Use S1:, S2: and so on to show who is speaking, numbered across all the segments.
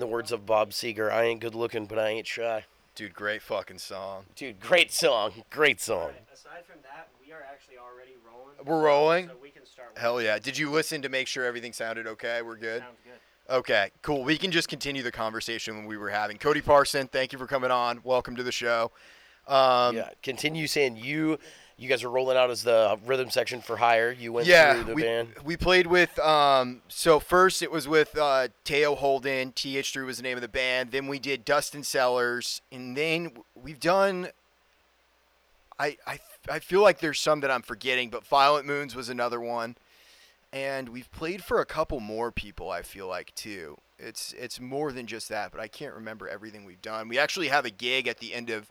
S1: words of Bob Seger, I ain't good looking, but I ain't shy.
S2: Dude, great fucking song.
S1: Dude, great song. Great
S3: All
S1: song.
S3: right, aside from that, we are actually already rolling.
S2: We're rolling?
S3: So we can start.
S2: Hell yeah. Did you listen to make sure everything sounded okay? We're good?
S3: Sounds good.
S2: Okay, cool. We can just continue the conversation we were having. Cody Parson, thank you for coming on. Welcome to the show. Um,
S1: yeah. Continue saying you you guys are rolling out as the rhythm section for hire. You went
S2: yeah,
S1: through the
S2: we,
S1: band.
S2: we played with. Um, so first it was with uh, Teo Holden. TH3 was the name of the band. Then we did Dustin Sellers, and then we've done. I I I feel like there's some that I'm forgetting, but Violent Moons was another one, and we've played for a couple more people. I feel like too. It's it's more than just that, but I can't remember everything we've done. We actually have a gig at the end of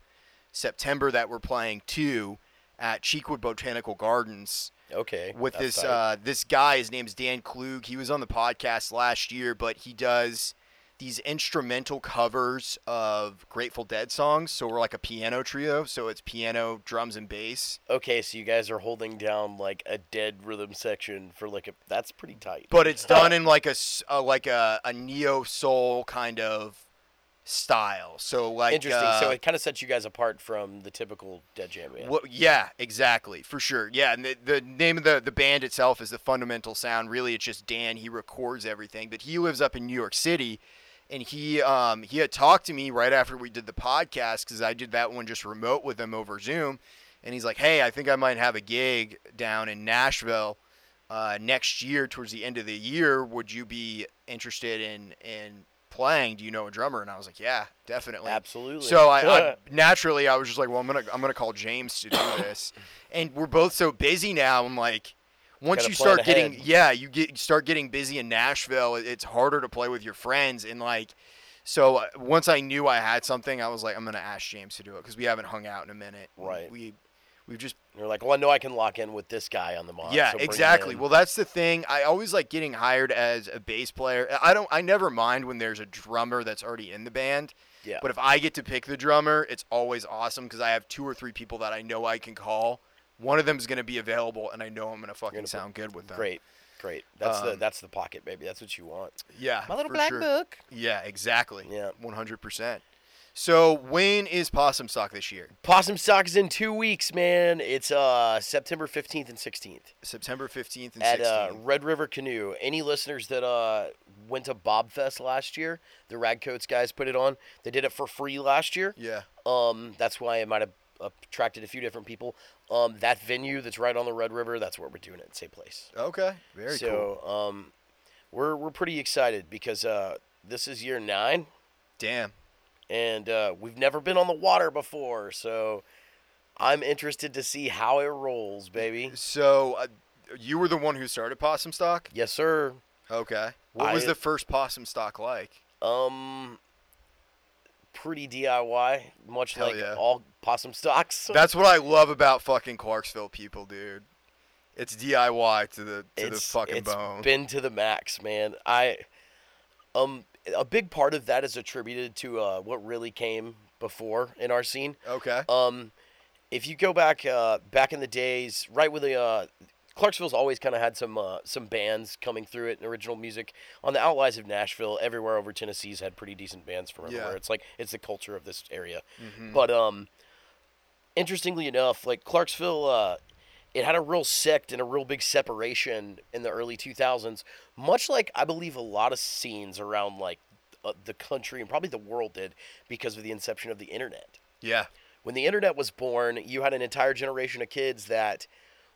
S2: September that we're playing too at Cheekwood Botanical Gardens
S1: Okay.
S2: with
S1: that's
S2: this
S1: tight.
S2: uh, this guy. His name's Dan Klug. He was on the podcast last year, but he does these instrumental covers of Grateful Dead songs. So we're like a piano trio. So it's piano, drums, and bass.
S1: okay, so you guys are holding down like a dead rhythm section for like a that's pretty tight.
S2: But it's done in like a, s- a- like a, a neo soul kind of style. So like
S1: Interesting.
S2: uh,
S1: so it kind of sets you guys apart from the typical dead jam band.
S2: Well, yeah, exactly, for sure. Yeah, and the, the name of the, the band itself is the Fundamental Sound. Really, it's just Dan. He records everything, but he lives up in New York City, and he um, he had talked to me right after we did the podcast because I did that one just remote with him over Zoom, and he's like, "Hey, I think I might have a gig down in Nashville." Uh, next year, towards the end of the year, would you be interested in in playing? Do you know a drummer? And I was like, yeah, definitely.
S1: Absolutely.
S2: So I, I naturally I was just like, well, I'm gonna I'm gonna call James to do this, and we're both so busy now. I'm like, once
S1: Gotta
S2: you
S1: plan
S2: start getting
S1: ahead.
S2: yeah, you get you start getting busy in Nashville. it- It's harder to play with your friends and like. So uh, once I knew I had something, I was like, I'm gonna ask James to do it because we haven't hung out in a minute.
S1: Right.
S2: We we've just
S1: you're like, well, I know I can lock in with this guy on the mod.
S2: yeah,
S1: so bring him
S2: exactly.
S1: in.
S2: Well, that's the thing. I always like getting hired as a bass player. I- I don't. I never mind when there's a drummer that's already in the band.
S1: Yeah.
S2: But if I get to pick the drummer, it's always awesome because I have two or three people that I know I can call. One of them's gonna be available, and I know I'm gonna fucking
S1: gonna put-
S2: sound good with them.
S1: great, great. That's the
S2: Um,
S1: that's the pocket, baby. That's what you want.
S2: Yeah.
S1: My little
S2: for
S1: black
S2: sure.
S1: book.
S2: Yeah. Exactly.
S1: Yeah.
S2: One hundred percent. So when is Possum Sock this year?
S1: Possum Sock is in two weeks, man. It's uh September fifteenth and sixteenth
S2: September fifteenth and
S1: at uh,
S2: sixteenth.
S1: Red River Canoe. Any listeners that uh went to Bobfest last year, the Ragcoats guys put it on. They did it for free last year.
S2: yeah.
S1: Um, that's why it might have attracted a few different people. Um, that venue that's right on the Red River, that's where we're doing it, same place.
S2: Okay. Very cool.
S1: so, um, we're we're pretty excited because uh, this is year nine,
S2: Damn.
S1: and uh, we've never been on the water before. So, I'm interested to see how it rolls, baby.
S2: So uh, you were the one who started Possum Stock.
S1: Yes, sir.
S2: Okay. What was
S1: I-
S2: the first possum stock like?
S1: Um, pretty DIY, much
S2: Hell
S1: like
S2: yeah.
S1: all possum stocks.
S2: That's what I love about fucking Clarksville people, dude. It's DIY to the to the fucking
S1: it's
S2: bone.
S1: been to the max, man. I um a big part of that is attributed to uh, what really came before in our scene.
S2: okay.
S1: Um, if you go back uh, back in the days, right when the uh, Clarksville's always kind of had some uh, some bands coming through it and original music on the outlies of Nashville. Everywhere over Tennessee's had pretty decent bands from
S2: Yeah.
S1: everywhere. It's like it's the culture of this area.
S2: Mhm.
S1: But um, interestingly enough, like Clarksville, uh, it had a real sect and a real big separation in the early 2000s, much like I believe a lot of scenes around like uh, the country and probably the world did because of the inception of the internet.
S2: yeah.
S1: When the internet was born, you had an entire generation of kids that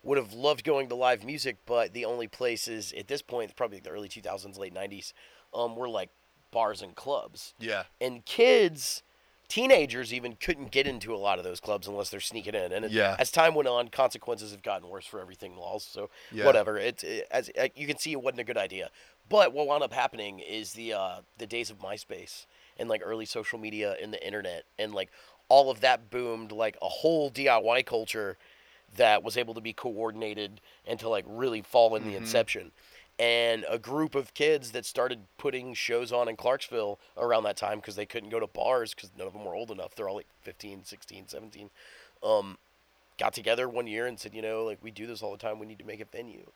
S1: would have loved going to live music, but the only places at this point, probably the early 2000s, late 90s, um, were like bars and clubs
S2: Yeah.
S1: and kids teenagers even couldn't get into a lot of those clubs unless they're sneaking in and it-
S2: Yeah.
S1: as time went on consequences have gotten worse for everything laws so
S2: Yeah.
S1: whatever it's it, as uh, you can see it wasn't a good idea but what wound up happening is the uh, the days of myspace and like early social media and the internet and like all of that boomed like a whole diy culture that was able to be coordinated and to like really fall in the
S2: Mm-hmm.
S1: inception. And a group of kids that started putting shows on in Clarksville around that time because they couldn't go to bars because none of them were old enough. They're all like 15, 16, 17. Um, got together one year and said, you know, like we do this all the time. We need to make a venue.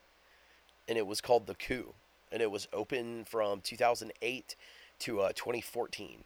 S1: And it was called The Coup. And it was open from 2008 to uh, 2014,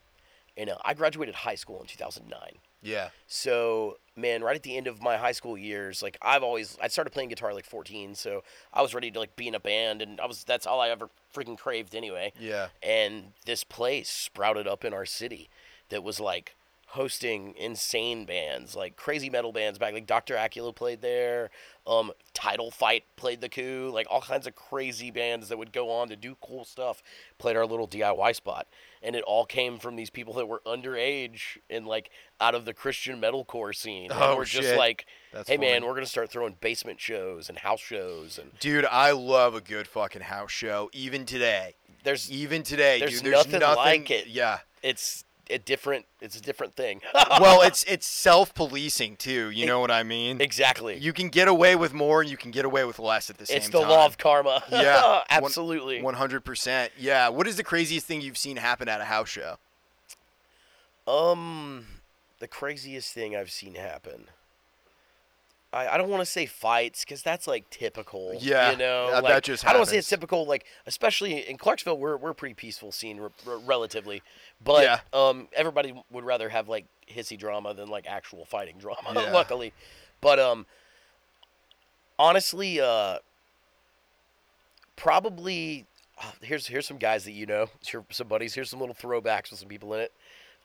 S1: and uh, I graduated high school in 2009.
S2: Yeah.
S1: So, man, right at the end of my high school years, like I've always I started playing guitar at, like 14, so I was ready to like be in a band and I was that's all I ever freaking craved anyway.
S2: Yeah.
S1: And this place sprouted up in our city that was like hosting insane bands, like crazy metal bands back like Dr. Acula played there, um Title Fight played the coup, like all kinds of crazy bands that would go on to do cool stuff, played our little DIY spot. And it all came from these people that were underage and like out of the Christian metalcore scene. And
S2: Oh,
S1: we're just
S2: shit.
S1: like
S2: That's
S1: hey man,
S2: funny.
S1: we're gonna start throwing basement shows and house shows and
S2: Dude, I love a good fucking house show. Even today,
S1: there's
S2: even today,
S1: There's
S2: dude, there's
S1: nothing like it.
S2: Yeah.
S1: it's a different it's a different thing.
S2: Well, it's it's self policing too. You know what I mean?
S1: exactly.
S2: You can get away with more, and you can get away with less at the same time.
S1: it's the law of karma.
S2: Yeah, one-
S1: absolutely.
S2: One hundred percent. Yeah. What is the craziest thing you've seen happen at a house show?
S1: Um, the craziest thing I've seen happen. I, I don't want to say fights because that's like typical.
S2: Yeah,
S1: you know,
S2: that- that
S1: like,
S2: just
S1: I don't want to say it's
S2: happens.
S1: typical. Like especially in Clarksville, we're we're a pretty peaceful scene re- re- relatively, but
S2: Yeah.
S1: um, everybody would rather have like hissy drama than like actual fighting drama.
S2: Yeah.
S1: luckily, but um, honestly, uh, probably ah, here's here's some guys that you know, here- some buddies. Here's some little throwbacks with some people in it.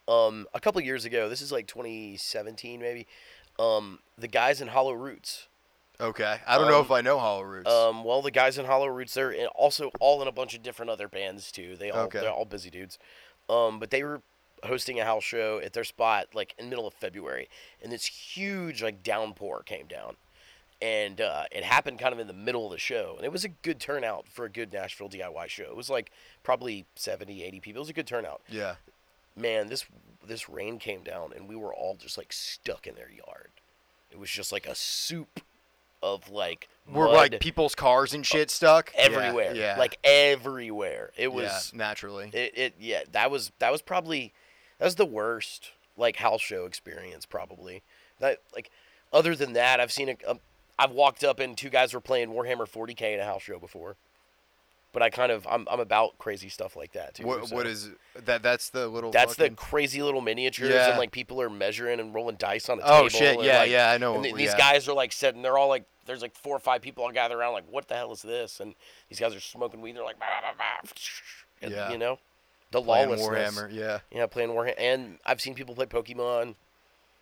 S1: Um, a couple years ago, this is like 2017 maybe. Um, the guys in Hollow Roots.
S2: Okay. I don't know
S1: Um,
S2: if I know Hollow Roots.
S1: Um, well, the guys in Hollow Roots, they're in, also all in a bunch of different other bands too. They all
S2: Okay.
S1: they're all busy dudes. Um, but they were hosting a house show at their spot like in the middle of February, and this huge like downpour came down, and uh, it happened kind of in the middle of the show, and it was a good turnout for a good Nashville DIY show. It was like probably 70, 80 people. It was a good turnout
S2: yeah.
S1: man, this this rain came down and we were all just like stuck in their yard. It was just like a soup of like
S2: Were
S1: mud
S2: like people's cars and shit stuck Yeah,
S1: everywhere.
S2: Yeah.
S1: Like everywhere. It
S2: Yeah,
S1: was
S2: naturally.
S1: it, it yeah, that was that was probably that was the worst like house show experience probably. That like other than that, I've seen a, a I've walked up and two guys were playing Warhammer 40K at a house show before. But I kind of I'm I'm about crazy stuff like that too.
S2: what,
S1: so.
S2: what is that? That's the little.
S1: That's the
S2: fucking,
S1: crazy little miniatures,
S2: Yeah.
S1: and like people are measuring and rolling dice on a table.
S2: Oh shit!
S1: and,
S2: Yeah,
S1: like-
S2: yeah. I know.
S1: And th-
S2: what-
S1: these
S2: yeah.
S1: guys are like sitting. They're all like, there's like four or five people all gathered around. Like, what the hell is this? And these guys are smoking weed. They're like, bah, bah, bah, bah, and,
S2: Yeah.
S1: you know, the
S2: playing
S1: lawlessness.
S2: Warhammer. Yeah.
S1: Yeah, playing Warhammer. And I've seen people play Pokemon,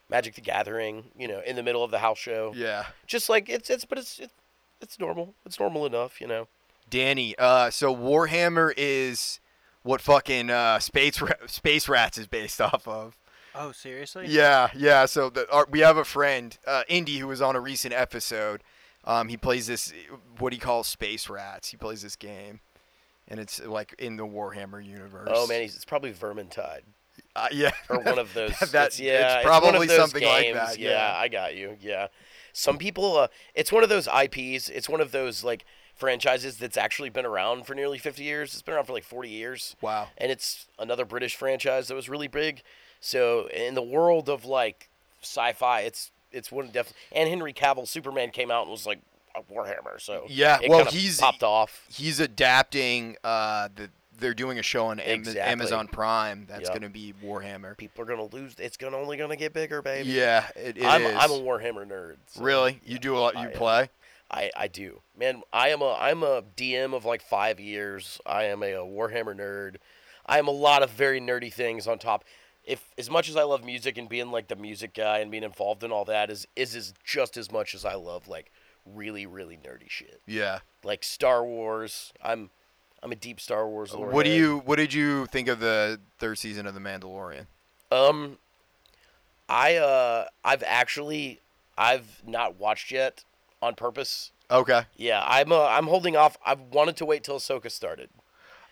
S1: Magic the Gathering. You know, in the middle of the house show.
S2: Yeah.
S1: Just like it's it's but it's it, it's normal. It's normal enough. You know.
S2: Danny, uh, so Warhammer is what fucking uh, space ra- space rats is based off of.
S4: Oh, seriously?
S2: Yeah, yeah. So the, our, we have a friend, uh, Indy, who was on a recent episode. Um, he plays this what he calls space rats. He plays this game, and it's like in the Warhammer universe.
S1: Oh man, he's, it's probably Vermintide.
S2: uh, yeah.
S1: or one of those.
S2: That-
S1: it's, yeah,
S2: it's
S1: one of
S2: probably
S1: those
S2: something like
S1: games.
S2: that,
S1: Yeah.
S2: yeah.
S1: I got you. Yeah, some people. Uh, it's one of those IPs. It's one of those like franchises that's actually been around for nearly fifty years. It's been around for like forty years,
S2: wow.
S1: and it's another British franchise that was really big. So in the world of like sci-fi, it's it's one definitely. And Henry Cavill Superman came out and was like a Warhammer. So
S2: Yeah,
S1: it
S2: well,
S1: kinda
S2: he's-
S1: popped off.
S2: He's adapting. Uh, the they're doing a show on Am-
S1: Exactly.
S2: Amazon Prime. That's
S1: Yep.
S2: gonna be Warhammer.
S1: People are gonna lose. It's gonna only gonna get bigger, baby.
S2: Yeah, it, it
S1: I'm,
S2: is.
S1: I'm a Warhammer nerd. so-
S2: really? You do a lot. You
S1: I am.
S2: play?
S1: I, I do. Man, I am a I'm a DM of like five years. I am a, Warhammer nerd. I am a lot of very nerdy things on top. If as much as I love music and being like the music guy and being involved in all that is is is just as much as I love like really really nerdy shit.
S2: Yeah.
S1: Like Star Wars. I'm I'm a deep Star Wars lore.
S2: What do
S1: head.
S2: you What did you think of the third season of The Mandalorian?
S1: Um, I uh I've actually I've not watched yet on purpose.
S2: Okay.
S1: Yeah, I'm uh, I'm holding off. I wanted to wait till Ahsoka started.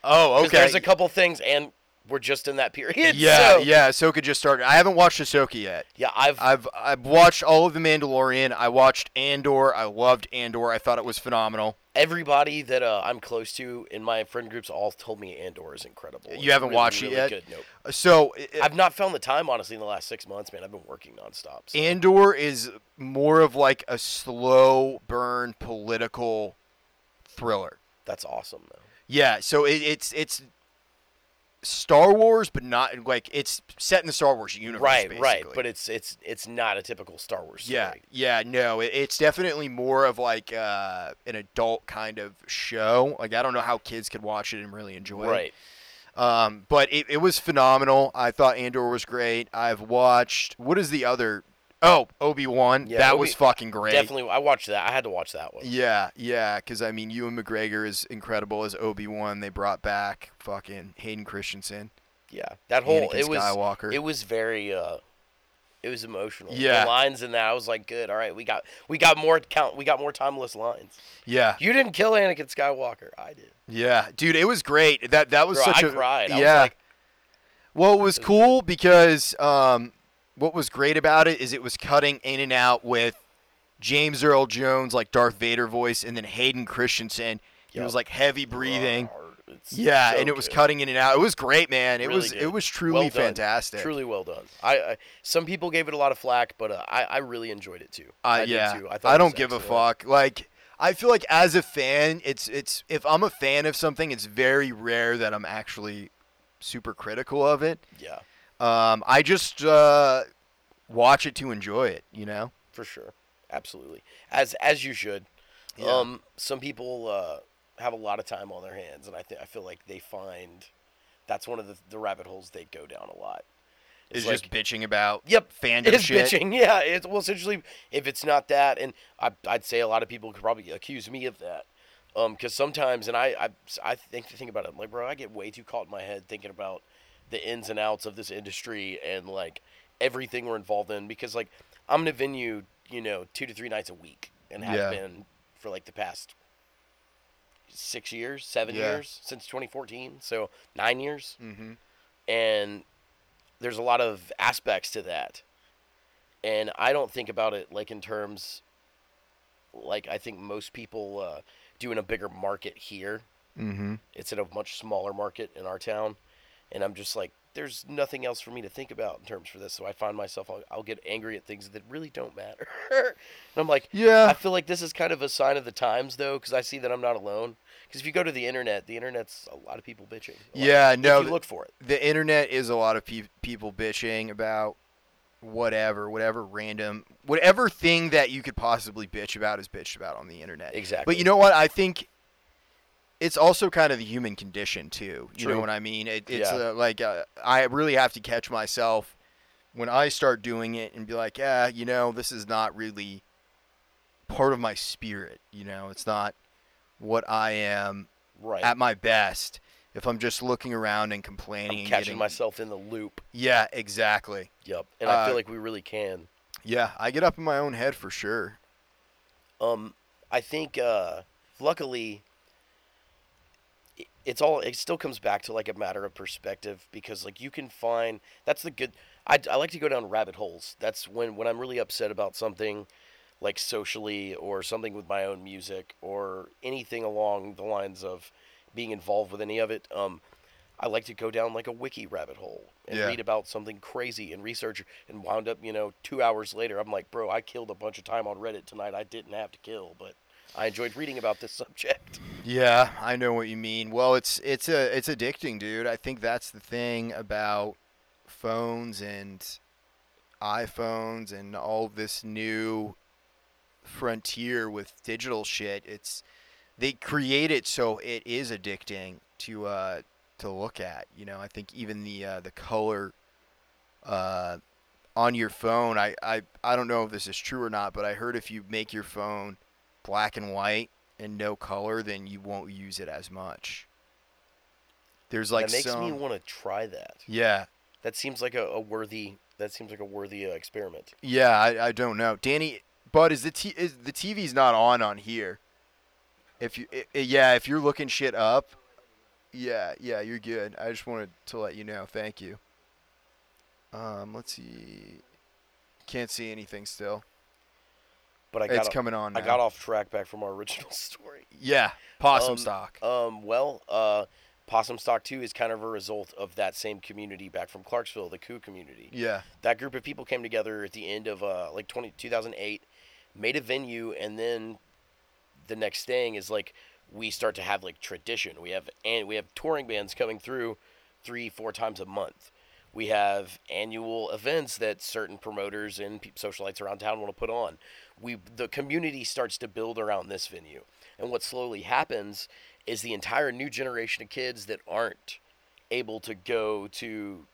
S2: Oh,
S1: 'Cause
S2: okay.
S1: There's a couple things, and we're just in that period.
S2: yeah,
S1: so-
S2: yeah. Ahsoka just started. I haven't watched Ahsoka yet.
S1: yeah. I've
S2: I've I've watched all of The Mandalorian. I watched Andor. I loved Andor. I thought it was phenomenal.
S1: everybody that uh, I'm close to in my friend groups all told me Andor is incredible.
S2: You
S1: It's
S2: haven't
S1: really,
S2: watched it
S1: really
S2: yet?
S1: Good. Nope.
S2: So i- i-
S1: I've not found the time honestly in the last six months, man. I've been working nonstop. So.
S2: Andor is more of like a slow burn political thriller.
S1: That's awesome though.
S2: Yeah. So it, it's it's Star Wars, but not like it's set in the Star Wars universe.
S1: right, right.
S2: basically.
S1: But it's it's it's not a typical Star Wars story.
S2: yeah, yeah, no, it, it's definitely more of like uh, an adult kind of show. Like I don't know how kids could watch it and really enjoy it.
S1: Right.
S2: Um, but it, it was phenomenal. I thought Andor was great. I've watched what is the other? Oh, Obi Wan.
S1: Yeah,
S2: that
S1: Obi-
S2: was fucking great.
S1: Definitely, I watched that. I had to watch that one.
S2: Yeah, yeah, because I mean, Ewan McGregor is incredible as Obi Wan. They brought back fucking Hayden Christensen,
S1: Yeah, that whole
S2: Anakin
S1: it was
S2: Skywalker.
S1: it was very uh, it was emotional.
S2: Yeah.
S1: the lines in that I was like, good, all right, we got we got more count, we got more timeless lines.
S2: yeah,
S1: You didn't kill Anakin Skywalker, I did.
S2: yeah, dude, it was great. That that was
S1: Bro,
S2: such
S1: I
S2: a
S1: cried. I was
S2: yeah.
S1: like-
S2: well, it was cool because um, what was great about it is it was cutting in and out with James Earl Jones like Darth Vader voice, and then Hayden Christensen. He
S1: Yup.
S2: was like heavy breathing.
S1: It's
S2: Yeah,
S1: so
S2: and it was
S1: good.
S2: cutting in and out. It was great, man. It
S1: Really
S2: was
S1: good.
S2: it was truly
S1: Well done.
S2: fantastic.
S1: Truly well done. I, I some people gave it a lot of flack, but uh, I I really enjoyed it too.
S2: Uh,
S1: I
S2: yeah,
S1: did too. I,
S2: I,
S1: thought it was
S2: don't give a
S1: excellent.
S2: fuck. Like, I feel like as a fan, it's it's if I'm a fan of something, it's very rare that I'm actually super critical of it.
S1: Yeah,
S2: Um, I just uh, watch it to enjoy it. You know?
S1: for sure, absolutely. As as you should.
S2: Yeah.
S1: Um, some people uh, have a lot of time on their hands, and I think I feel like they find that's one of the, the rabbit holes they go down a lot.
S2: It's,
S1: like-
S2: just bitching about
S1: Yep,
S2: fandom
S1: It is
S2: shit.
S1: bitching. Yeah, it's well, essentially, if it's not that, and I, I'd say a lot of people could probably accuse me of that, um, because sometimes, and I, I, I think think about it, I'm like, bro, I get way too caught in my head thinking about the ins and outs of this industry and like everything we're involved in, because like I'm in a venue, you know, two to three nights a week, and have
S2: Yeah.
S1: been for like the past six years, seven
S2: Yeah.
S1: years since 2014, so nine years
S2: hmm
S1: and there's a lot of aspects to that and i don't think about it like in terms like i think most people uh, do in a bigger market here
S2: hmm
S1: it's in a much smaller market in our town and i'm just like there's nothing else for me to think about in terms for this so i find myself i'll, I'll get angry at things that really don't matter and i'm like
S2: Yeah.
S1: I feel like this is kind of a sign of the times, though, because I see that I'm not alone. Because if you go to the internet, the internet's a lot of people bitching. A lot-
S2: yeah.
S1: if
S2: No.
S1: you
S2: th-
S1: look for it.
S2: the internet is a lot of peop people bitching about whatever, whatever random, whatever thing that you could possibly bitch about is bitched about on the internet.
S1: Exactly.
S2: But you know what? I think it's also kind of the human condition too. You
S1: True.
S2: know what I mean? It, it's
S1: Yeah.
S2: uh, like uh, I really have to catch myself when I start doing it and be like, yeah, you know, this is not really part of my spirit. You know, it's not what I am
S1: right.
S2: at my best. If I'm just looking around and complaining,
S1: I'm
S2: and
S1: catching
S2: getting-
S1: myself in the loop.
S2: Yeah, exactly.
S1: Yep. And I feel
S2: Uh,
S1: like we really can.
S2: Yeah, I get up in my own head for sure.
S1: Um, I think uh, luckily, i- it's all. It still comes back to like a matter of perspective because like you can find that's the good. I, I like to go down rabbit holes. That's when when I'm really upset about something, like socially or something with my own music or anything along the lines of being involved with any of it. Um, I like to go down like a wiki rabbit hole and
S2: Yeah.
S1: read about something crazy and research and wound up, you know, two hours later, I'm like, bro, I killed a bunch of time on Reddit tonight. I didn't have to kill, but I enjoyed reading about this subject.
S2: Yeah, I know what you mean. Well, it's it's a it's addicting, dude. I think that's the thing about phones and iPhones and all this new frontier with digital shit. It's they create it so it is addicting to uh to look at. You know, I think even the uh, the color uh on your phone. I, I I don't know if this is true or not, but I heard if you make your phone black and white and no color, then you won't use it as much. There's like
S1: that makes
S2: some
S1: me want to try that.
S2: yeah.
S1: That seems like a, a worthy. That seems like a worthy uh, experiment.
S2: Yeah, I, I don't know, Danny. But is the t- is the TV's not on on here? If you i i- yeah, if you're looking shit up, yeah, yeah, you're good. I just wanted to let you know. Thank you. Um, let's see. Can't see anything still.
S1: But I
S2: it's
S1: got,
S2: coming on.
S1: I
S2: now.
S1: got off track back from our original story.
S2: Yeah, possum
S1: Um,
S2: stock.
S1: Um, well, uh, Possum Stock 2 is kind of a result of that same community back from Clarksville, the Coup community.
S2: Yeah,
S1: that group of people came together at the end of uh, like 20, 2008 made a venue and then the next thing is like we start to have like tradition we have and we have touring bands coming through three, four times a month. We have annual events that certain promoters and pe- socialites around town want to put on. We the community starts to build around this venue, and what slowly happens is the entire new generation of kids that aren't able to go to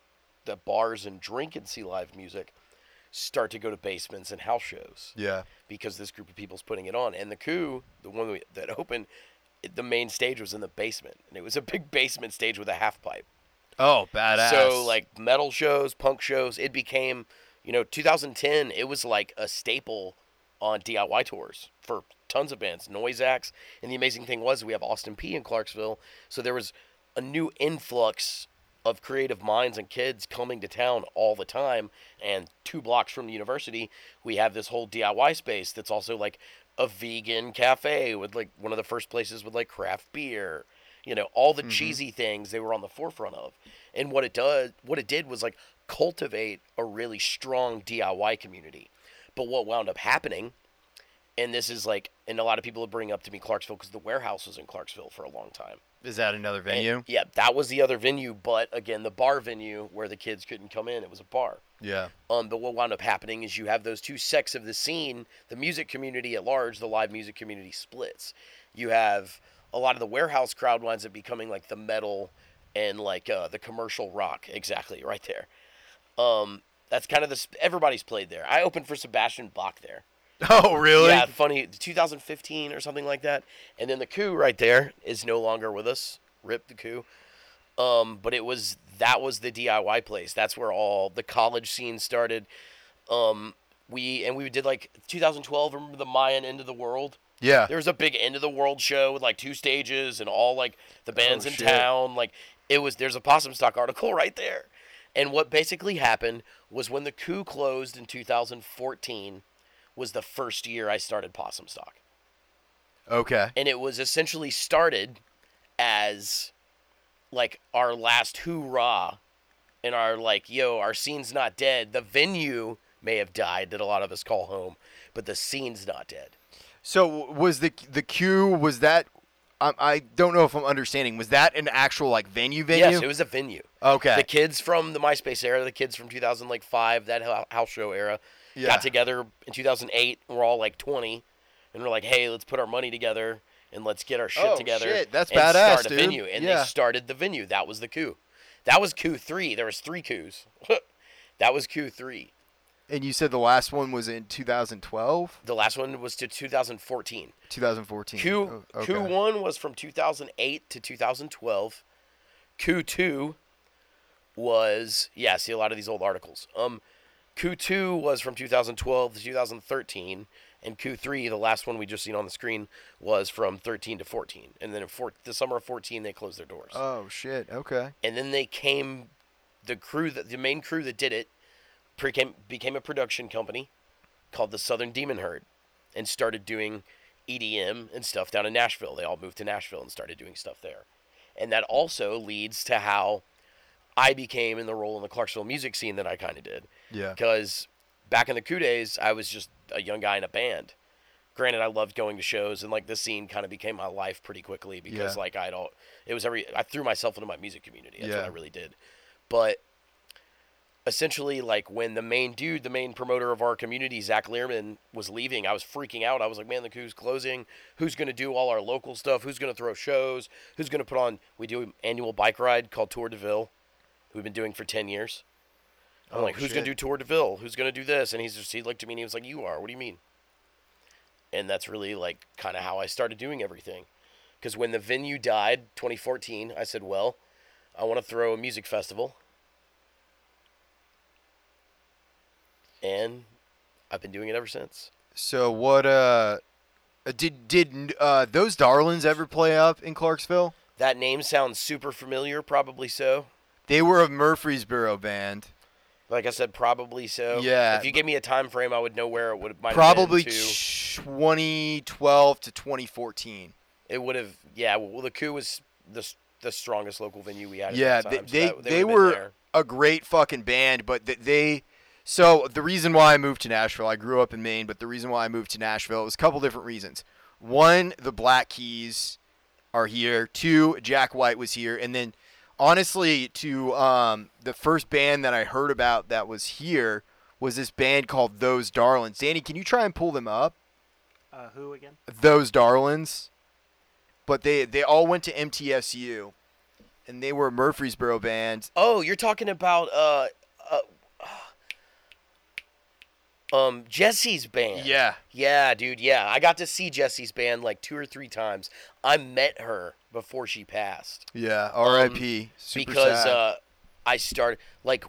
S1: the bars and drink and see live music start to go to basements and house shows
S2: Yeah.
S1: because this group of people's putting it on. And the coup, the one we, that opened, it- the main stage was in the basement, and it was a big basement stage with a half pipe.
S2: Oh, badass.
S1: So like metal shows, punk shows, it became, you know, 2010. It was like a staple on DIY tours for tons of bands, noise acts, and the amazing thing was we have Austin P in Clarksville, so there was a new influx of creative minds and kids coming to town all the time. And two blocks from the university, we have this whole DIY space that's also like a vegan cafe with like one of the first places with like craft beer you know all the cheesy things they were on the forefront of and what it does what it did was like cultivate a really strong diy community but what wound up happening and this is like and a lot of people bring up to me clarksville because the warehouse was in clarksville for a long time
S2: is that another
S1: And-
S2: venue?
S1: yeah that was the other venue but again the bar venue where the kids couldn't come in it was a bar
S2: yeah.
S1: um, but what wound up happening is you have those two sects of the scene, the music community at large, the live music community splits. You have a lot of the warehouse crowd winds up becoming like the metal and like uh, the commercial rock. Exactly, right there. Um, that's kind of the sp- everybody's played there. I opened for Sebastian Bach there.
S2: Oh, really?
S1: Yeah, funny. 2015 or something like that. And then the coup right there is no longer with us. Rip the coup. Um, but it was that was the DIY place. That's where all the college scene started. Um, we and we did like 2012. Remember the Mayan End of the World?
S2: Yeah.
S1: There was a big End of the World show with like two stages and all like the bands in
S2: Oh, shit.
S1: town. Like it was. There's a Possum Stock article right there. And what basically happened was when the coup closed in 2014 was the first year I started Possum Stock.
S2: Okay.
S1: And it was essentially started as like our last hoorah and our like, yo, our scene's not dead. The venue may have died that a lot of us call home, but the scene's not dead.
S2: So w- was the the queue was that I, I don't know if I'm understanding. Was that an actual like venue venue?
S1: Yes, it was a venue.
S2: okay.
S1: The kids from the MySpace era, the kids from 2005, that hou- house show era,
S2: Yeah.
S1: got together in 2008. and We're all like 20, and we're like, hey, let's put our money together and let's get our shit
S2: Oh,
S1: together.
S2: shit, that's
S1: and
S2: badass,
S1: Start a
S2: dude.
S1: venue, and
S2: Yeah.
S1: they started the venue. That was the coup. That was coup three. There was three coups. that was coup three.
S2: and you said the last one was in 2012,
S1: The last one was to 2014.
S2: 2014.
S1: Coup
S2: Oh, okay.
S1: coup one was from 2008 to 2012. Coup two was yeah. See a lot of these old articles. Um, coup two was from 2012 to 2013, and coup three, the last one we just seen on the screen, was from 13 to 14. And then in four, the summer of 14, they closed their doors.
S2: Oh shit. Okay.
S1: and then they came, the crew that the main crew that did it, became became a production company called the Southern Demon Herd, and started doing EDM and stuff down in Nashville. They all moved to Nashville and started doing stuff there, and that also leads to how I became in the role in the Clarksville music scene that I kind of did.
S2: Yeah.
S1: Because back in the coup days, I was just a young guy in a band. Granted, I loved going to shows, and like this scene kind of became my life pretty quickly because
S2: Yeah.
S1: like I'd all it was every I threw myself into my music community. That's
S2: Yeah.
S1: what I really did. But essentially, like when the main dude, the main promoter of our community, Zach Learman, was leaving, I was freaking out. I was like, man, the coup's closing. Who's going to do all our local stuff? Who's going to throw shows? Who's going to put on? We do an annual bike ride called Tour de Ville, who we've been doing for 10 years. I'm
S2: Oh,
S1: like, who's going to do
S2: shit.
S1: Tour de Ville? Who's going to do this? And he's just, he looked at me and he was like, you are. What do you mean? And that's really like kind of how I started doing everything. Because when the venue died, 2014, I said, well, I want to throw a music festival. And I've been doing it ever since.
S2: So what? Uh, did did uh those darlings ever play up in Clarksville?
S1: That name sounds super familiar, probably so.
S2: They were a Murfreesboro band.
S1: Like I said, probably so.
S2: Yeah,
S1: If you gave me a time frame, I would know where it would might have been
S2: Probably
S1: to.
S2: 2012 to 2014.
S1: It would have, yeah. Well, the coup was the s- the strongest local venue we had.
S2: Yeah,
S1: at that time, so
S2: they
S1: that-
S2: they, they
S1: would have been
S2: were
S1: there.
S2: a great fucking band, but th- they. So the reason why I moved to Nashville, I grew up in Maine, but the reason why I moved to Nashville was a couple different reasons. One, the Black Keys are here. Two, Jack White was here, and then honestly to um, the first band that I heard about that was here was this band called Those Darlings. Danny, can you try and pull them up?
S4: Uh, who again?
S2: Those Darlings. But they they all went to MTSU, and they were a Murfreesboro band.
S1: Oh, you're talking about uh, uh um Jesse's band. Yeah, dude. Yeah, I got to see Jesse's band like two or three times. I met her before she passed
S2: yeah. R.I.P. Super
S1: Um, because
S2: sad.
S1: uh, I started like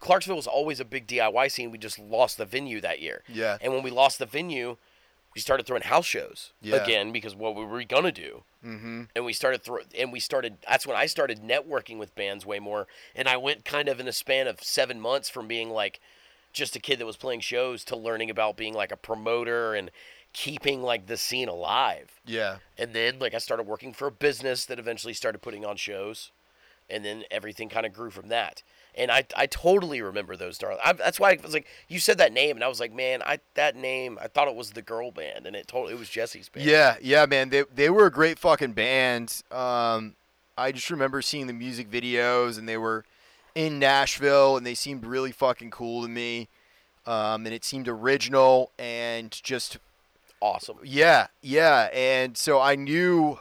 S1: Clarksville was always a big DIY scene. We just lost the venue that year,
S2: yeah,
S1: and when we lost the venue, we started throwing house shows
S2: Yeah.
S1: again because what were we gonna do?
S2: mm-hmm.
S1: and we started throw and we started that's when I started networking with bands way more and I went kind of in a span of 7 months from being like just a kid that was playing shows to learning about being like a promoter and keeping like the scene alive
S2: yeah.
S1: and then like I started working for a business that eventually started putting on shows and then everything kind of grew from that and I, I totally remember those darling I, that's why I was like you said that name and I was like man I that name I thought it was the girl band and it totally it was Jesse's band
S2: Yeah, yeah, man. They they were a great fucking band. Um, I just remember seeing the music videos, and they were in Nashville, and they seemed really fucking cool to me. Um, and it seemed original and just
S1: awesome
S2: yeah, yeah. And so I knew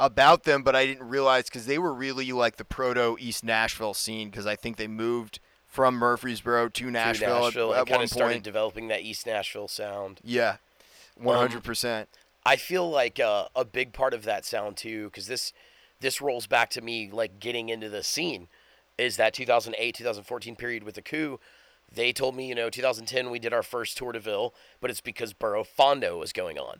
S2: about them, but I didn't realize because they were really like the proto East Nashville scene because I think they moved from Murfreesboro to Nashville,
S1: through
S2: at-
S1: Nashville
S2: at,
S1: and kind
S2: one
S1: of started
S2: point.
S1: developing that East Nashville sound.
S2: yeah,
S1: Um,
S2: one hundred percent.
S1: I feel like uh, a big part of that sound too, because this this rolls back to me like getting into the scene, is that 2008 2014 period with the coup. They told me, you know, 2010 we did our first tour de ville, but it's because Burro Fondo was going on,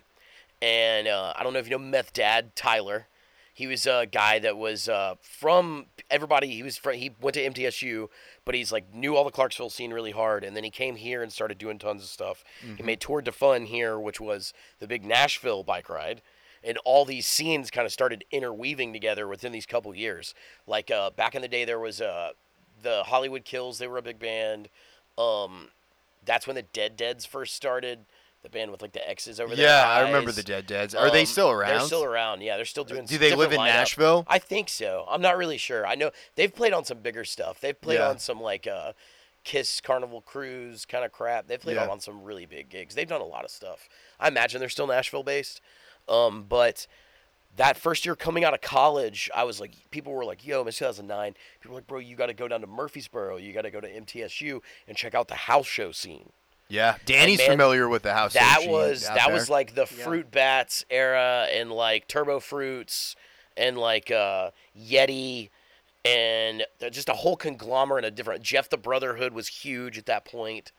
S1: and uh, I don't know if you know Meth Dad Tyler. He was a guy that was uh, from everybody. He was from, he went to MTSU, but he's like knew all the Clarksville scene really hard, and then he came here and started doing tons of stuff.
S2: Mm-hmm.
S1: He made Tour de Fun here, which was the big Nashville bike ride, and all these scenes kind of started interweaving together within these couple years. Like uh, back in the day, there was uh, the Hollywood Kills. They were a big band. Um, that's when the Dead Deads first started. The band with like the X's over there.
S2: Yeah, I remember the
S1: Dead.
S2: Dead Dads. Are they
S1: Um,
S2: still around?
S1: They're still around. Yeah, they're still doing.
S2: Do they live
S1: different
S2: in
S1: lineup.
S2: Nashville?
S1: I think so. I'm not really sure. I know they've played on some bigger stuff. They've played
S2: Yeah.
S1: on some like uh, Kiss Carnival Cruise kind of crap. They've played
S2: Yeah.
S1: on some really big gigs. They've done a lot of stuff. I imagine they're still Nashville based. Um, but that first year coming out of college, I was like, people were like, yo, Miss 2009. People were like, bro, you got to go down to Murfreesboro. You got to go to MTSU and check out the house show scene.
S2: Yeah, Danny's
S1: man,
S2: familiar with the house.
S1: That
S2: scene
S1: was
S2: out
S1: that
S2: there.
S1: was like the
S4: Yeah.
S1: fruit bats era and like turbo fruits and like uh Yeti and th- just a whole conglomerate of different Jeff the Brotherhood was huge at that point.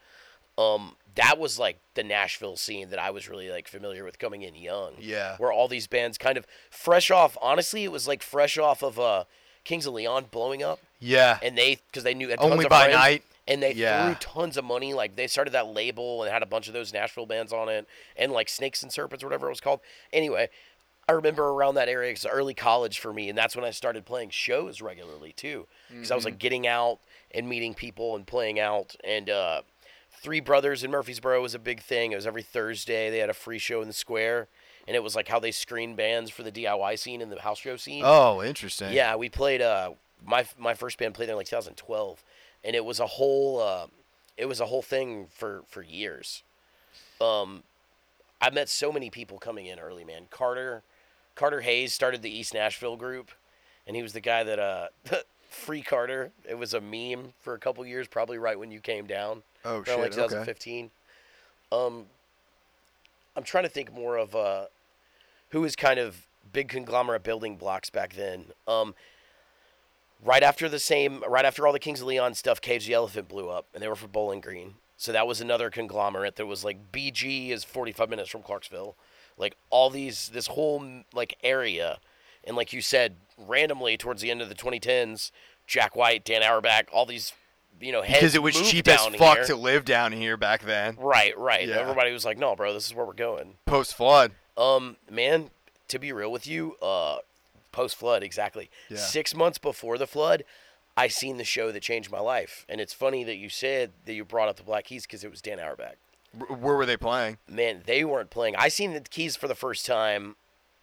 S1: Um that was like the Nashville scene that I was really like familiar with coming in young.
S2: yeah,
S1: Where all these bands kind of fresh off honestly it was like fresh off of uh Kings of Leon blowing up
S2: yeah.
S1: and they because they knew had tons
S2: Only
S1: of
S2: by
S1: friends,
S2: night.
S1: and they
S2: Yeah.
S1: threw tons of money. Like they started that label and had a bunch of those Nashville bands on it, and like Snakes and Serpents or whatever it was called. Anyway, I remember around that area it's early college for me, and that's when I started playing shows regularly too, because I was
S2: Mm-hmm.
S1: like getting out and meeting people and playing out and. uh Three Brothers in Murfreesboro was a big thing. It was every Thursday. They had a free show in the square, and it was like how they screened bands for the DIY scene and the house show scene.
S2: Oh, interesting.
S1: Yeah, we played. Uh, my my first band played there in like 2012, and it was a whole uh, it was a whole thing for for years. Um, I met so many people coming in early, man. Carter Carter Hayes started the East Nashville group, and he was the guy that uh, Free Carter. It was a meme for a couple years, probably right when you came down
S2: Oh
S1: around
S2: shit.
S1: like
S2: okay.
S1: 2015. Um, I'm trying to think more of uh, who was kind of big conglomerate building blocks back then. Um, right after the same, right after all the Kings of Leon stuff, Cage the Elephant blew up, and they were from Bowling Green. So that was another conglomerate that was like BG is 45 minutes from Clarksville, like all these this whole like area, and like you said, randomly towards the end of the 2010s, Jack White, Dan Auerbach, all these. You know, heads
S2: Because it was
S1: moved
S2: cheap as
S1: down
S2: fuck
S1: here.
S2: to live down here back then,
S1: Right, right.
S2: Yeah.
S1: Everybody was like, "No, bro, this is where we're going."
S2: post flood.
S1: Um, man, to be real with you, uh, post flood, exactly.
S2: Yeah.
S1: Six months before the flood, I seen the show that changed my life, and it's funny that you said that you brought up the Black Keys because it was Dan Auerbach.
S2: Where were they playing?
S1: Man, they weren't playing. I seen the Keys for the first time,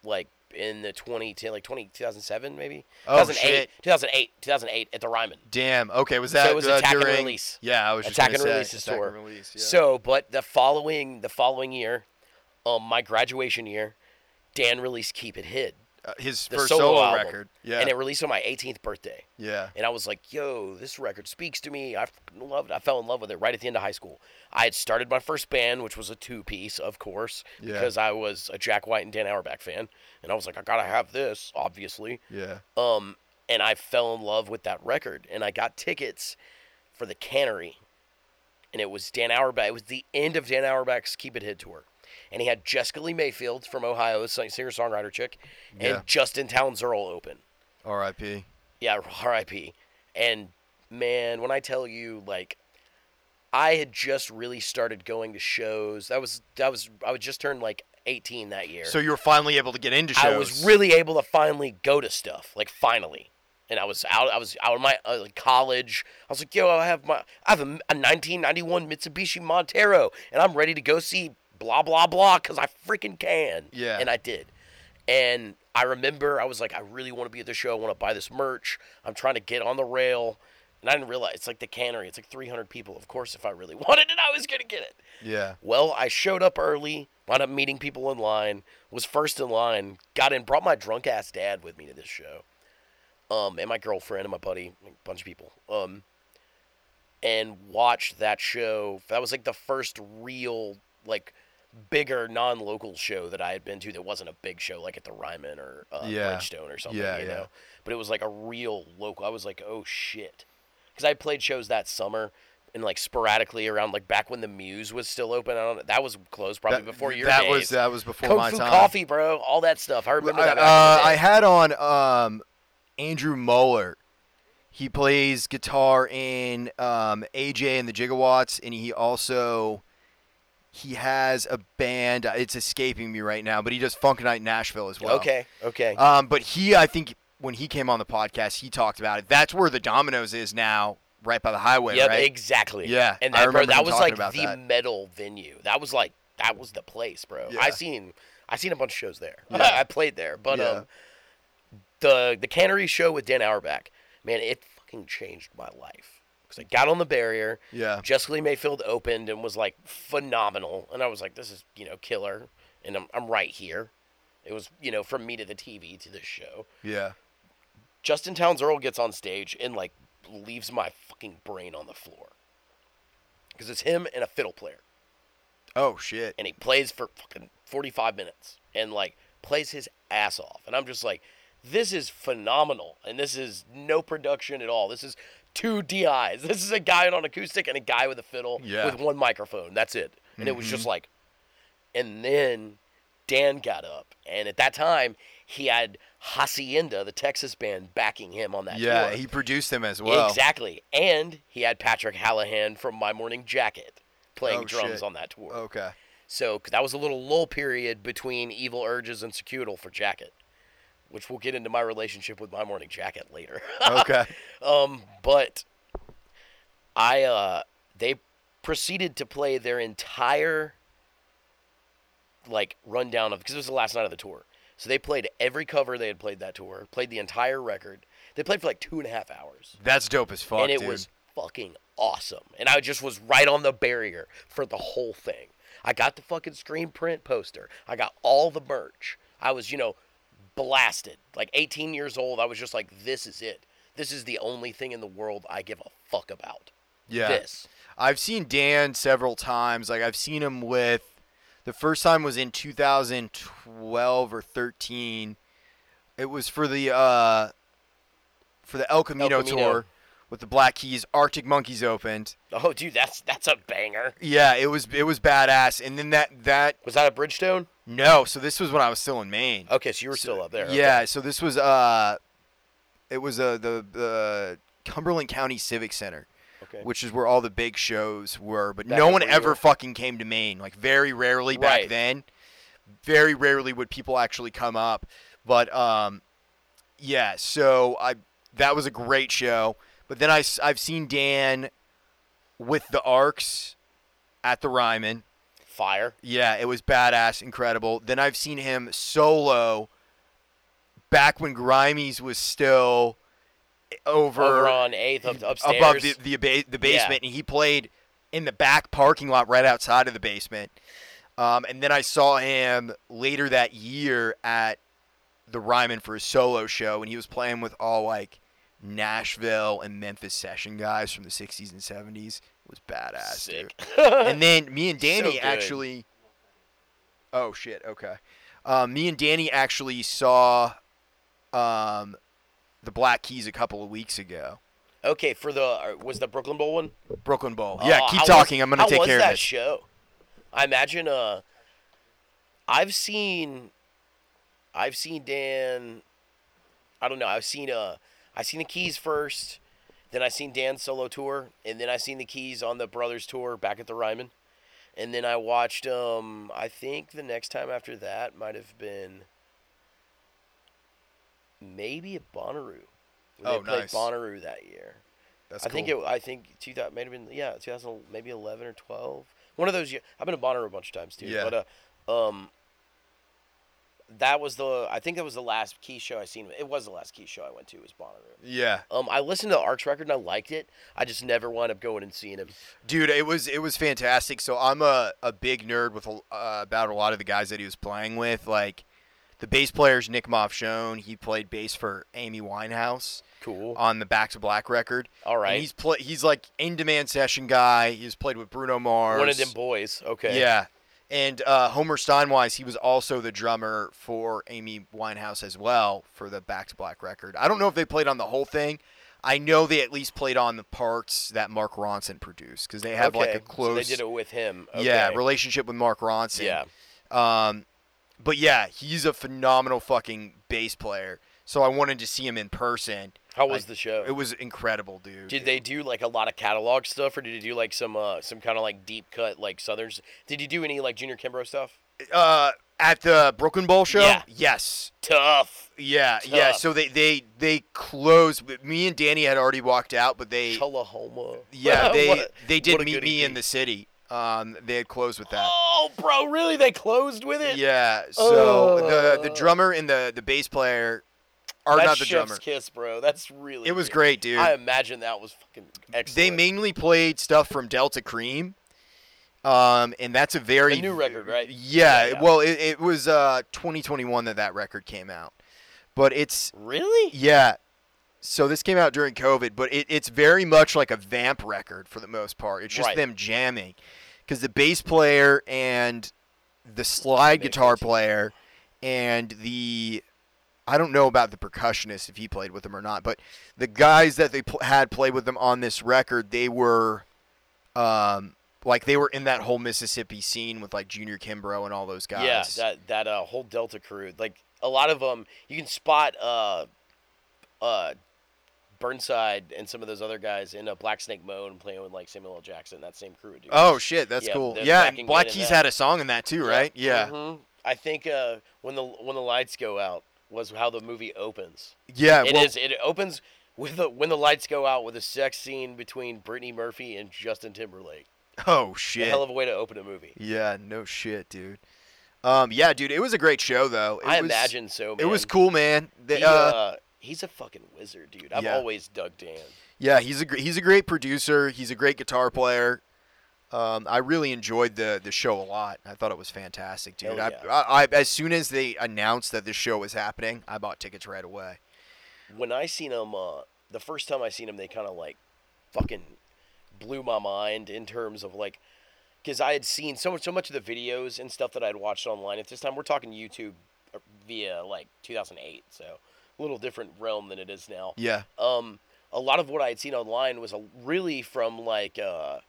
S1: like in the 2010, like 20, 2007 maybe.
S2: Oh,
S1: 2008,
S2: shit.
S1: 2008, 2008 at the Ryman.
S2: Damn. Okay, was that
S1: it was
S2: uh,
S1: Attack and
S2: during-
S1: Release.
S2: Yeah, I was just
S1: Attack
S2: gonna
S1: and
S2: say,
S1: Release's
S2: Attack
S1: tour.
S2: and Release, yeah.
S1: So, but the following the following year, um, my graduation year, Dan released "Keep It Hid,"
S2: Uh, his
S1: the
S2: first
S1: solo,
S2: solo,
S1: album,
S2: record. Yeah.
S1: and it released on my 18th birthday.
S2: yeah.
S1: And I was like, "Yo, this record speaks to me. I fucking love it. I fell in love with it right at the end of high school. I had started my first band, which was a two-piece, of course,
S2: Yeah.
S1: because I was a Jack White and Dan Auerbach fan, and I was like, I gotta have this, obviously.
S2: Yeah.
S1: Um, and I fell in love with that record, and I got tickets for the Cannery, and it was Dan Auerbach. It was the end of Dan Auerbach's Keep It Hid tour, and he had Jessica Lee Mayfield from Ohio, singer songwriter chick, and
S2: Yeah.
S1: Justin Towns Earl open.
S2: R.I.P.
S1: Yeah, R.I.P. And man, when I tell you, like, I had just really started going to shows. That was that was I was just turned like 18 that year.
S2: So you were finally able to get into shows.
S1: I was really able to finally go to stuff, like finally. And I was out. I was out of my uh, like, college. I was like, "Yo, I have my, I have a, a 1991 Mitsubishi Montero, and I'm ready to go see blah blah blah because I freaking can."
S2: Yeah.
S1: And I did. And I remember I was like, "I really want to be at the show. I want to buy this merch. I'm trying to get on the rail." And I didn't realize it's like the cannery. It's like 300 people. Of course, if I really wanted it, I was gonna get it.
S2: Yeah.
S1: Well, I showed up early, wound up meeting people in line, was first in line, got in, brought my drunk ass dad with me to this show. Um, and my girlfriend and my buddy, a bunch of people. Um, and watched that show. That was like the first real, like, bigger non local show that I had been to that wasn't a big show like at the Ryman or uh,
S2: Yeah.
S1: Bridgestone or something,
S2: Yeah,
S1: you
S2: yeah.
S1: know? But it was like a real local. I was like, oh shit because I played shows that summer and like sporadically around like back when the Muse was still open. I don't that was closed probably
S2: That-
S1: before your
S2: That
S1: days.
S2: was that was before
S1: Kung
S2: my
S1: Fu
S2: time.
S1: Coffee, bro, all that stuff. I remember
S2: I,
S1: that. back
S2: uh,
S1: in the
S2: I
S1: day.
S2: had on um, Andrew Muller. He plays guitar in um, AJ and the Gigawatts, and he also he has a band. uh, It's escaping me right now, but he does Funk Night in Nashville as well.
S1: okay, okay,
S2: Um, but he, I think, when he came on the podcast, he talked about it. That's where the Domino's is now, right by the highway,
S1: yeah,
S2: right?
S1: exactly.
S2: Yeah,
S1: and
S2: I
S1: that, bro,
S2: remember him
S1: that was
S2: talking
S1: like
S2: about
S1: the
S2: that.
S1: metal venue. That was like that was the place, bro.
S2: Yeah.
S1: I seen I seen a bunch of shows there.
S2: Yeah.
S1: I played there, but
S2: Yeah.
S1: um, the the Cannery show with Dan Auerbach, man, it fucking changed my life because I got on the barrier.
S2: yeah,
S1: Jessica Lee Mayfield opened and was like phenomenal, and I was like, this is you know killer, and I'm I'm right here. It was you know from me to the TV to this show.
S2: yeah,
S1: Justin Towns Earl gets on stage and like leaves my fucking brain on the floor because it's him and a fiddle player,
S2: Oh shit!
S1: and he plays for fucking 45 minutes and like plays his ass off, and I'm just like, this is phenomenal, and this is no production at all. This is two DIs. This is a guy on acoustic and a guy with a fiddle
S2: Yeah. Mm-hmm.
S1: with one microphone. That's it. And it was just like, and then Dan got up, and at that time he had Hacienda, the Texas band, backing him on that.
S2: Yeah,
S1: tour.
S2: he produced them as well.
S1: exactly. And he had Patrick Hallahan from My Morning Jacket playing
S2: Oh,
S1: drums
S2: shit.
S1: on that tour.
S2: Okay.
S1: So 'cause that was a little lull period between Evil Urges and Secutal for Jacket, which we'll get into my relationship with My Morning Jacket later.
S2: Okay.
S1: Um, but I uh they proceeded to play their entire like rundown of because it was the last night of the tour. So they played every cover they had played that tour, played the entire record. They played for like two and a half hours.
S2: That's dope as fuck,
S1: and it
S2: dude.
S1: was fucking awesome. And I just was right on the barrier for the whole thing. I got the fucking screen print poster. I got all the merch. I was, you know, blasted. Like 18 years old, I was just like, this is it. This is the only thing in the world I give a fuck about.
S2: yeah.
S1: This.
S2: I've seen Dan several times. Like I've seen him with the first time was in 2012 or 13. It was for the uh for the El Camino,
S1: Camino.
S2: tour with the Black Keys. Arctic Monkeys opened.
S1: Oh, dude, that's that's a banger.
S2: Yeah, it was it was badass. And then that that
S1: Was that a Bridgestone?
S2: no, so this was when I was still in Maine.
S1: Okay, so Oh, you were still up there. okay.
S2: Yeah, so this was uh, it was uh the the Cumberland County Civic Center,
S1: Okay.
S2: which is where all the big shows were. But
S1: Back
S2: no
S1: in
S2: one
S1: Rio.
S2: ever fucking came to Maine. Like very rarely back
S1: Right.
S2: then. Very rarely would people actually come up. But um, yeah. So I that was a great show. But then I s- I've seen Dan with the Arcs at the Ryman.
S1: Fire.
S2: Yeah, it was badass, incredible. Then I've seen him solo back when Grimies was still over,
S1: Over on eighth up, upstairs.
S2: above the the, ba- the basement, and he played in the back parking lot right outside of the basement. Um, and then I saw him later that year at the Ryman for his solo show, and he was playing with all like Nashville and Memphis session guys from the '60s and '70s. It was badass, dude
S1: Sick.
S2: and then me and Danny
S1: good.
S2: actually. Oh shit! Okay, um, me and Danny actually saw, um, the Black Keys a couple of weeks ago.
S1: okay, for the uh, was the Brooklyn Bowl one?
S2: Brooklyn Bowl. yeah,
S1: Oh,
S2: keep
S1: how was-
S2: talking. I'm gonna
S1: how
S2: take
S1: was
S2: care
S1: that
S2: of this.
S1: show. I imagine. Uh, I've seen, I've seen Dan. I don't know. I've seen uh, I seen the Keys first, then I seen Dan's solo tour, and then I seen the Keys on the Brothers tour back at the Ryman, and then I watched. Um, I think the next time after that might have been maybe at Bonnaroo. when
S2: Oh,
S1: they played
S2: nice.
S1: Bonnaroo that year.
S2: That's
S1: I think it. I think two thousand might have been yeah, two thousand maybe eleven or twelve. One of those. years. I've been to Bonnaroo a bunch of times too.
S2: Yeah.
S1: But uh, um, that was the. I think that was the last Key show I seen. It was the last Key show I went to was Bonnaroo.
S2: Yeah,
S1: Um, I listened to the Arch record and I liked it. I just never wound up going and seeing him.
S2: dude, it was it was fantastic. So I'm a, a big nerd with a, uh, about a lot of the guys that he was playing with. Like the bass player's Nick Mofshone. He played bass for Amy Winehouse
S1: Cool.
S2: on the Back to Black record.
S1: Uh, All
S2: And
S1: right.
S2: he's play he's like in demand session guy. He's played with Bruno Mars.
S1: One of them boys. Okay.
S2: Yeah. And uh, Homer Steinweiss, he was also the drummer for Amy Winehouse as well for the Back to Black record. I don't know if they played on the whole thing. I know they at least played on the parts that Mark Ronson produced because they have like
S1: Okay,
S2: a close
S1: So they did it with him.
S2: yeah
S1: Okay.
S2: relationship with Mark Ronson.
S1: Yeah.
S2: Um, but yeah, he's a phenomenal fucking bass player. So I wanted to see him in person.
S1: How was
S2: Like,
S1: the show?
S2: It was incredible, dude.
S1: Did they do like a lot of catalog stuff, or did you do like some uh, some kind of like deep cut like Southern? Did you do any like Junior Kimbrough stuff?
S2: uh, at the Brooklyn Bowl show?
S1: Yeah.
S2: Yes.
S1: Tough.
S2: Yeah, yeah.
S1: Tough.
S2: So they they they closed. but Me and Danny had already walked out, but they
S1: Tullahoma.
S2: yeah they
S1: What a-
S2: they
S1: what
S2: did
S1: a
S2: meet
S1: good
S2: me
S1: EP.
S2: in the city. Um, they had closed with that.
S1: Oh, bro, really? They closed with it?
S2: Yeah. So the the
S1: Oh.
S2: drummer and the the bass player are
S1: That's
S2: not the
S1: Chef's
S2: drummer.
S1: Kiss, bro. That's really.
S2: It was
S1: good.
S2: great, dude.
S1: I imagine that was fucking excellent.
S2: they mainly played stuff from Delta Cream. Um, and that's a very
S1: new record, right?
S2: Yeah.
S1: Yeah, yeah.
S2: Well, it, it was uh 2021 that that record came out, but it's
S1: really.
S2: Yeah. So this came out during COVID, but it, it's very much like a vamp record for the most part. It's just
S1: Right.
S2: them jamming. Because the bass player and the slide
S1: Makes
S2: guitar
S1: sense.
S2: player and the I don't know about the percussionist if he played with them or not, but the guys that they pl- had played with them on this record, they were um like they were in that whole Mississippi scene with like Junior Kimbrough and all those guys.
S1: Yeah, that that uh, whole Delta crew, like a lot of them, you can spot uh, uh, Burnside and some of those other guys in a Black Snake Moan playing with like Samuel L. Jackson, that same crew. Dude.
S2: oh shit, that's
S1: Yeah,
S2: cool.
S1: they're
S2: Yeah,
S1: backing
S2: and Black
S1: in in
S2: Keys
S1: that.
S2: had a song in that too, right? Yeah.
S1: Mhm. I think uh, when the when the lights go out was how the movie opens.
S2: Yeah,
S1: It
S2: well,
S1: is. It opens with the when the lights go out with a sex scene between Brittany Murphy and Justin Timberlake.
S2: Oh
S1: A
S2: shit.
S1: hell of a way to open a movie.
S2: yeah, no shit, dude. Um, yeah, dude, it was a great show though. It
S1: I
S2: was-
S1: imagine so. Man.
S2: it was cool, man. The-
S1: He,
S2: uh,
S1: uh, he's a fucking wizard, dude. I've
S2: yeah.
S1: always dug Dan.
S2: yeah, he's a gr- he's a great producer. He's a great guitar player. Um, I really enjoyed the the show a lot. I thought it was fantastic, dude.
S1: Hell
S2: I, I, I as soon as they announced that this show was happening, I bought tickets right away.
S1: When I seen him, uh, the first time I seen him, they kind of like fucking blew my mind in terms of like because I had seen so much, so much of the videos and stuff that I'd watched online. At this time, we're talking YouTube uh, via like 2008, so a little different realm than it is now.
S2: Yeah,
S1: um, a lot of what I had seen online was a, really from like uh,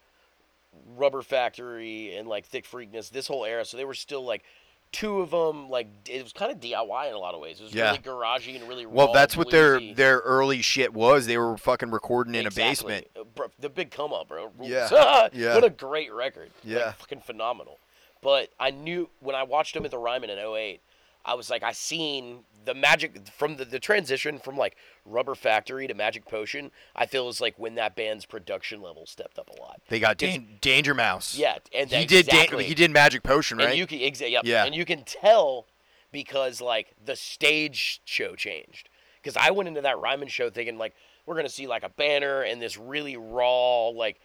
S1: Rubber Factory and like Thick Freakness, this whole era. So they were still like two of them. Like it was kind of DIY in a lot of ways. It was
S2: Yeah.
S1: really garagey and really
S2: well,
S1: raw,
S2: that's what their
S1: bluesy.
S2: their early shit was. They were fucking recording in
S1: Exactly.
S2: a basement.
S1: Uh, bro, the big come up, bro. Rules.
S2: Yeah. Yeah.
S1: What a great record. Like,
S2: Yeah.
S1: fucking phenomenal. But I knew when I watched him at the Ryman in 08, I was like, I seen the magic from the, the transition from like Rubber Factory to Magic Potion. I feel is like when that band's production level stepped up a lot.
S2: They got
S1: It's-
S2: Dan- Danger Mouse.
S1: Yeah, and
S2: he
S1: that-
S2: did. Dan-
S1: exactly.
S2: he did Magic Potion,
S1: And
S2: right?
S1: you can exa- yep.
S2: Yeah.
S1: And you can tell because like the stage show changed. Because I went into that Ryman show thinking like we're gonna see like a banner and this really raw like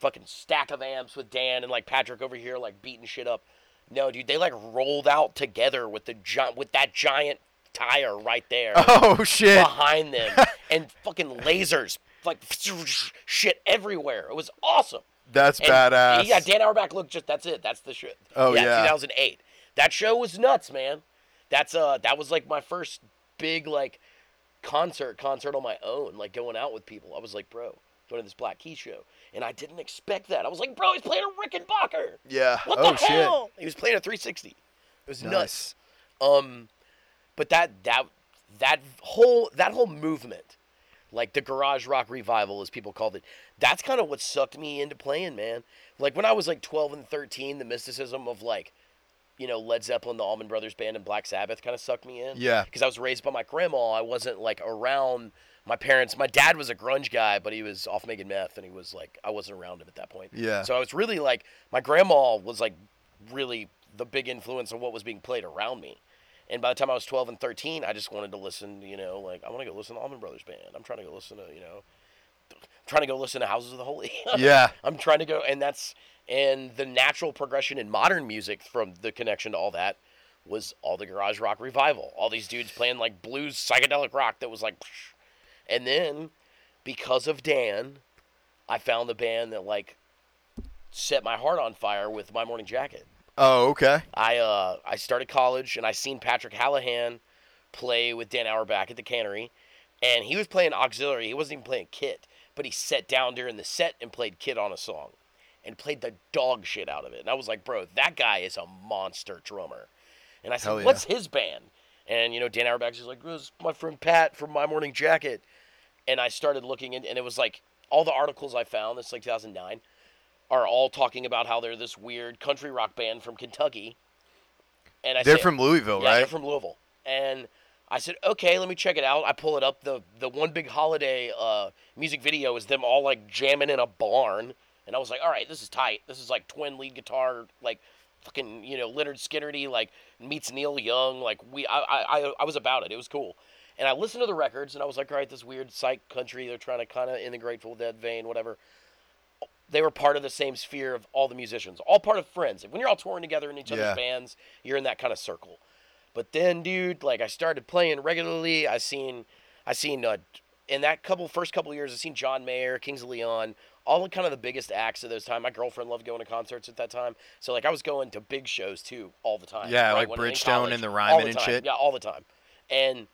S1: fucking stack of amps with Dan and like Patrick over here like beating shit up. No, dude, they like rolled out together with the gi- with that giant tire right there
S2: Oh shit!
S1: behind them and fucking lasers like shit everywhere. It was awesome.
S2: That's
S1: And,
S2: badass.
S1: Yeah, Dan Auerbach looked just that's it. That's the shit.
S2: Oh, yeah.
S1: 2008. That show was nuts, man. That's uh that was like my first big like concert concert on my own, like going out with people. I was like, bro, going to this Black Key show, and I didn't expect that. I was like, bro, he's playing a Rickenbacker.
S2: yeah.
S1: What
S2: oh
S1: the
S2: shit.
S1: hell? He was playing a 360. It was nuts.
S2: Nice.
S1: Um, but that that that whole that whole movement, like the garage rock revival, as people called it, that's kind of what sucked me into playing, man. Like when I was like twelve and thirteen, the mysticism of like, you know, Led Zeppelin, the Allman Brothers Band, and Black Sabbath kind of sucked me in.
S2: Yeah.
S1: Because I was raised by my grandma, I wasn't like around my parents. My dad was a grunge guy, but he was off making meth, and he was like, I wasn't around him at that point.
S2: Yeah.
S1: So I was really like, my grandma was like really the big influence on what was being played around me. And by the time I was 12 and 13, I just wanted to listen, you know, like, I want to go listen to Allman Brothers Band. I'm trying to go listen to, you know, I'm trying to go listen to Houses of the Holy.
S2: yeah.
S1: I'm trying to go, and that's, and the natural progression in modern music from the connection to all that was all the garage rock revival. All these dudes playing like blues, psychedelic rock that was like, psh. and then because of Dan, I found the band that like set my heart on fire with My Morning Jacket.
S2: Oh okay.
S1: I uh I started college and I seen Patrick Hallahan play with Dan Auerbach at the cannery, and he was playing auxiliary. He wasn't even playing kit, but he sat down during the set and played kit on a song, and played the dog shit out of it. And I was like, bro, that guy is a monster drummer. And I said,
S2: Hell yeah.
S1: what's his band? And you know, Dan Auerbach's just like, this is my friend Pat from My Morning Jacket. And I started looking, in, and it was like all the articles I found. This is like 2009 are all talking about how they're this weird country rock band from Kentucky. And I
S2: They're
S1: said-
S2: from Louisville,
S1: yeah,
S2: right?
S1: they're from Louisville. And I said, okay, let me check it out. I pull it up. The the one big holiday uh, music video is them all like jamming in a barn. And I was like, all right, this is tight. This is like twin lead guitar, like fucking you know Leonard Skinnerty, like meets Neil Young. Like we, I, I, I- I was about it. It was cool. And I listened to the records, and I was like, all right, this weird psych country. They're trying to kind of in the Grateful Dead vein, whatever they were part of the same sphere of all the musicians, all part of friends. When you're all touring together in each
S2: Yeah.
S1: other's bands, you're in that kind of circle. But then, dude, like I started playing regularly. I seen, I seen uh, in that couple first couple years, I seen John Mayer, Kings of Leon, all the kind of the biggest acts of those time. My girlfriend loved going to concerts at that time, so like I was going to big shows too all the time.
S2: Yeah, like
S1: when- in
S2: Bridgestone
S1: college,
S2: and the
S1: all
S2: Ryman and
S1: time.
S2: shit.
S1: Yeah, all the time, and.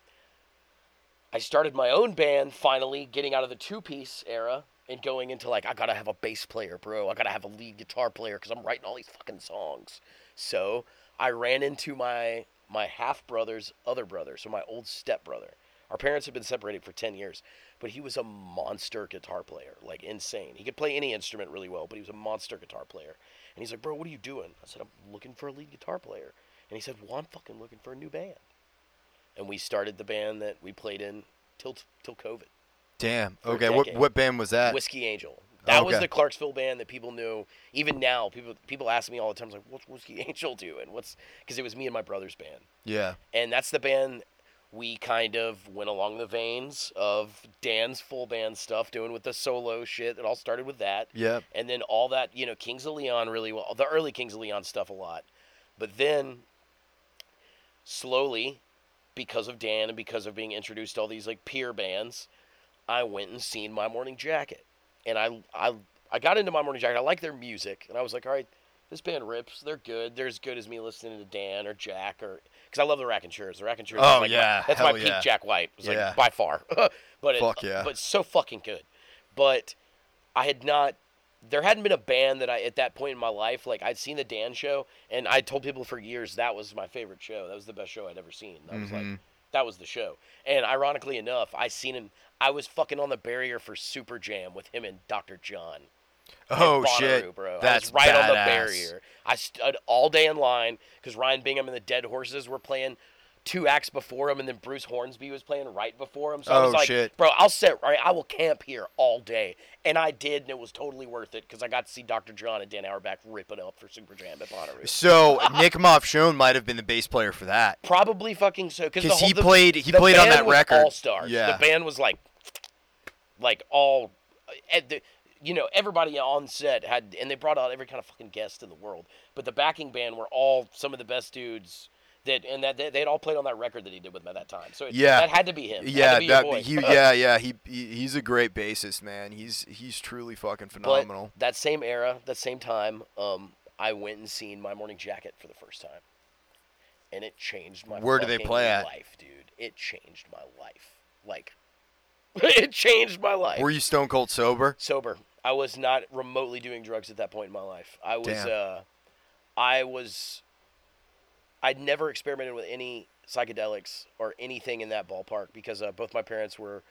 S1: I started my own band finally, getting out of the two piece era and going into like, I gotta have a bass player, bro. I gotta have a lead guitar player because I'm writing all these fucking songs. So I ran into my my half brother's other brother, so my old step brother. Our parents had been separated for ten years, but he was a monster guitar player, like insane. He could play any instrument really well, but he was a monster guitar player. And he's like, bro, what are you doing? I said, I'm looking for a lead guitar player. And he said, well, I'm fucking looking for a new band and we started the band that we played in till till COVID.
S2: Damn.
S1: a
S2: Okay. What
S1: decade.
S2: what band was that?
S1: Whiskey Angel. That was
S2: Uh, Okay.
S1: the Clarksville band that people knew. Even now, people people ask me all the time, like, "What's Whiskey Angel do?" And what's because it was me and my brother's band,
S2: Yeah.
S1: and that's the band we kind of went along the veins of Dan's full band stuff, doing with the solo shit. It all started with that.
S2: Yep.
S1: And then all that, you know, Kings of Leon really well, the early Kings of Leon stuff a lot. But then slowly, because of Dan and because of being introduced to all these like peer bands, I went and seen My Morning Jacket. And I I I got into My Morning Jacket. I like their music. And I was like, all right, this band rips. They're good. They're as good as me listening to Dan or Jack or because I love the Rack and Cheers. The Rack and Cheers. is like
S2: Oh,
S1: my-
S2: yeah.
S1: that's
S2: Hell
S1: my
S2: yeah.
S1: peak Jack White. It was
S2: Yeah.
S1: like by far. but it-
S2: Fuck yeah.
S1: But so fucking good. But I had not. There hadn't been a band that I at that point in my life like I'd seen the Dan show and I told people for years that was my favorite show. That was the best show I'd ever seen. I was like, that was the show. And ironically enough, I seen him. I was fucking on the barrier for Super Jam with him and Dr. John. at
S2: Oh
S1: Bonnaroo,
S2: shit.
S1: bro.
S2: That's
S1: I was right on the
S2: badass.
S1: barrier. I stood all day in line because Ryan Bingham and the Dead Horses were playing two acts before him, and then Bruce Hornsby was playing right before him. So I
S2: Oh,
S1: was like,
S2: shit.
S1: bro, I'll sit right. I will camp here all day, and I did, and it was totally worth it because I got to see Dr. John and Dan Auerbach ripping up for Super Jam at Bonnaroo.
S2: So Nick Mofshone might have been the bass player for that.
S1: Probably fucking so because
S2: 'Cause he played- he played on that record.
S1: All stars.
S2: Yeah.
S1: The band was like, like all, at the, you know, everybody on set had, and they brought out every kind of fucking guest in the world. But the backing band were all some of the best dudes that, and that they, they'd all played on that record that he did with them at that time. So it,
S2: Yeah.
S1: that had to be him. It had
S2: Yeah,
S1: to be your
S2: that
S1: boy.
S2: he, yeah, yeah. He, he he's a great bassist, man. He's he's truly fucking
S1: But
S2: phenomenal.
S1: that same era, that same time, um, I went and seen My Morning Jacket for the first time, and it changed my
S2: Where do they
S1: fucking
S2: play at?
S1: life, dude. It changed my life. Like, it changed my life.
S2: Were you stone cold sober?
S1: sober? I was not remotely doing drugs at that point in my life. I was.
S2: Damn.
S1: Uh, I was. I'd never experimented with any psychedelics or anything in that ballpark because uh, both my parents were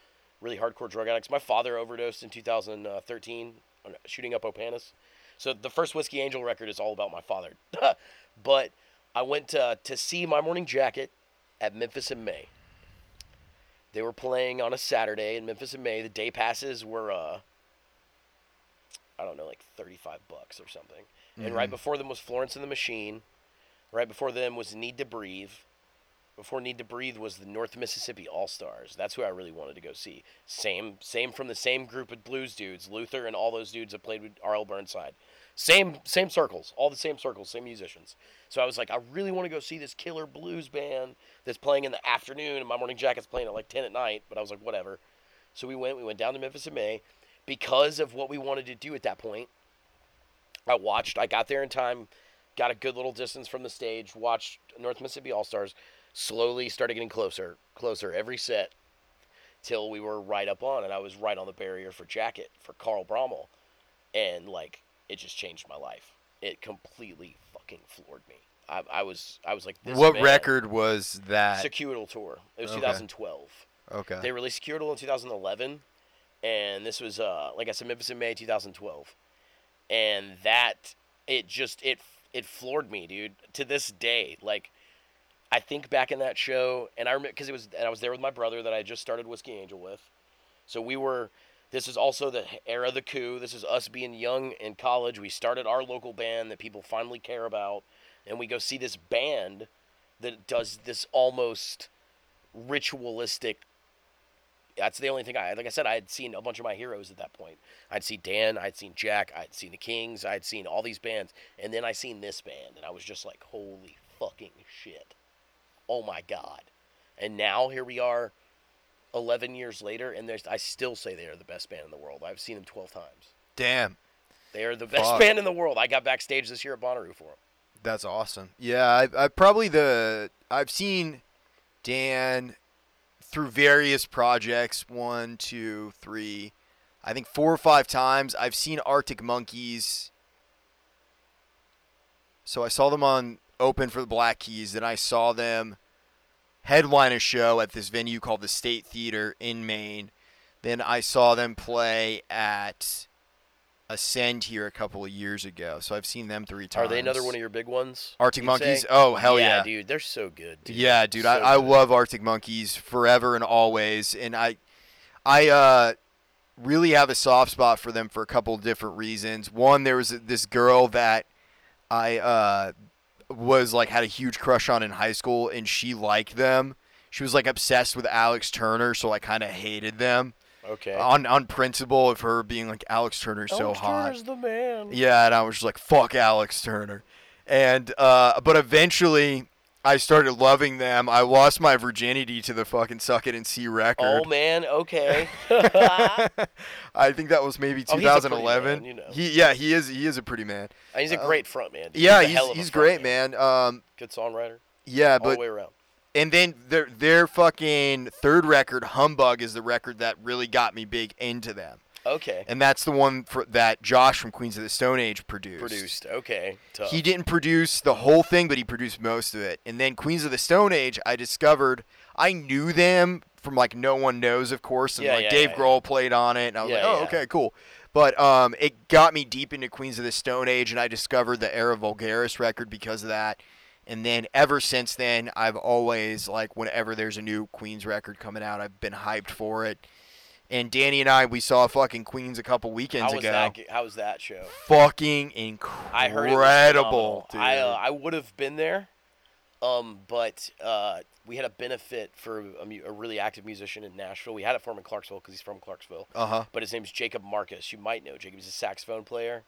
S1: really hardcore drug addicts. My father overdosed in 2013 on shooting up Opanis. So the first Whiskey Angel record is all about my father. but I went to, to see My Morning Jacket at Memphis in May. They were playing on a Saturday in Memphis in May. The day passes were, uh, I don't know, like 35 bucks or something. And right before them was Florence and the Machine. Right before them was Need to Breathe. Before Need to Breathe was the North Mississippi All Stars. That's who I really wanted to go see. Same, same from the same group of blues dudes, Luther and all those dudes that played with R.L. Burnside. Same, same circles, all the same circles, same musicians. So I was like, I really want to go see this killer blues band that's playing in the afternoon, and my morning jacket's playing at like ten at night. But I was like, whatever. So we went. We went down to Memphis in May because of what we wanted to do at that point. I watched. I got there in time, got a good little distance from the stage. Watched North Mississippi All Stars. Slowly started getting closer, closer every set, till we were right up on, and I was right on the barrier for Jacket for Carl Brommel, and like it just changed my life. It completely fucking floored me. I, I was I was like, this
S2: what
S1: man-
S2: record was that?
S1: Securital tour. It was
S2: Okay.
S1: 2012.
S2: okay.
S1: They released Securital in 2011, and this was uh, like I said, Memphis in May 2012, and that it just it it floored me, dude. To this day, like I think back in that show, and I remember because it was and I was there with my brother that I had just started Whiskey Angel with, so we were. This is also the era of the coup. This is us being young in college. We started our local band that people finally care about, and we go see this band that does this almost ritualistic that's the only thing I like. I said I had seen a bunch of my heroes at that point. I'd seen Dan, I'd seen Jack, I'd seen the Kings, I'd seen all these bands, and then I seen this band, and I was just like, "Holy fucking shit! Oh my god!" And now here we are, eleven years later, and there's I still say they are the best band in the world. I've seen them twelve times.
S2: Damn.
S1: They are the best
S2: Fuck.
S1: band in the world. I got backstage this year at Bonnaroo for them.
S2: That's awesome. Yeah, I, I probably the I've seen Dan through various projects one, two, three, I think four or five times. I've seen Arctic Monkeys. So I saw them on open for the Black Keys. Then I saw them headline a show at this venue called the State Theater in Maine. Then I saw them play at Ascend here a couple of years ago. So I've seen them three times.
S1: Are they another one of your big ones?
S2: Arctic
S1: you'd
S2: Monkeys?
S1: say?
S2: Oh hell
S1: yeah,
S2: yeah,
S1: dude, they're so good. Dude.
S2: yeah, dude. I,
S1: So
S2: I
S1: good.
S2: love Arctic Monkeys forever and always, and I I uh, really have a soft spot for them for a couple of different reasons. One, there was this girl that I uh, was like had a huge crush on in high school, and she liked them. She was like obsessed with Alex Turner, so I kind of hated them
S1: Okay.
S2: on on principle of her being like Alex Turner's so
S1: Alex
S2: hot.
S1: Turner's the man.
S2: Yeah, and I was just like, "Fuck Alex Turner," and uh, but eventually I started loving them. I lost my virginity to the fucking Suck It and See record.
S1: Oh man, okay.
S2: I think that was maybe
S1: Oh, he's a pretty
S2: 2011.
S1: man, you know.
S2: He yeah, he is he is a pretty man.
S1: he's a
S2: Um,
S1: great front man. dude.
S2: yeah,
S1: a
S2: he's
S1: hell of a
S2: he's
S1: front
S2: great, man. Um,
S1: Good songwriter
S2: yeah,
S1: all
S2: but
S1: the way around.
S2: and then their their fucking third record, Humbug, is the record that really got me big into them,
S1: Okay.
S2: and that's the one for that Josh from Queens of the Stone Age
S1: Produced. Okay. Tough.
S2: He didn't produce the whole thing, but he produced most of it. And then Queens of the Stone Age, I discovered I knew them from like No One Knows, of course, and
S1: Yeah,
S2: like
S1: yeah,
S2: Dave
S1: yeah,
S2: Grohl played on it, and I was
S1: Yeah,
S2: like, oh,
S1: yeah.
S2: okay, cool. But um, it got me deep into Queens of the Stone Age, and I discovered the Era Vulgaris record because of that. And then ever since then, I've always like whenever there's a new Queens record coming out, I've been hyped for it. And Danny and I, we saw fucking Queens a couple weekends
S1: How was
S2: ago.
S1: that? g- How was that show?
S2: Fucking incredible,
S1: I heard it was phenomenal.
S2: dude.
S1: I uh, I would have been there, um, but uh, we had a benefit for a, mu- a really active musician in Nashville. We had it for him in Clarksville because he's from Clarksville.
S2: huh.
S1: But his name's Jacob Marcus. You might know Jacob. He's a saxophone player.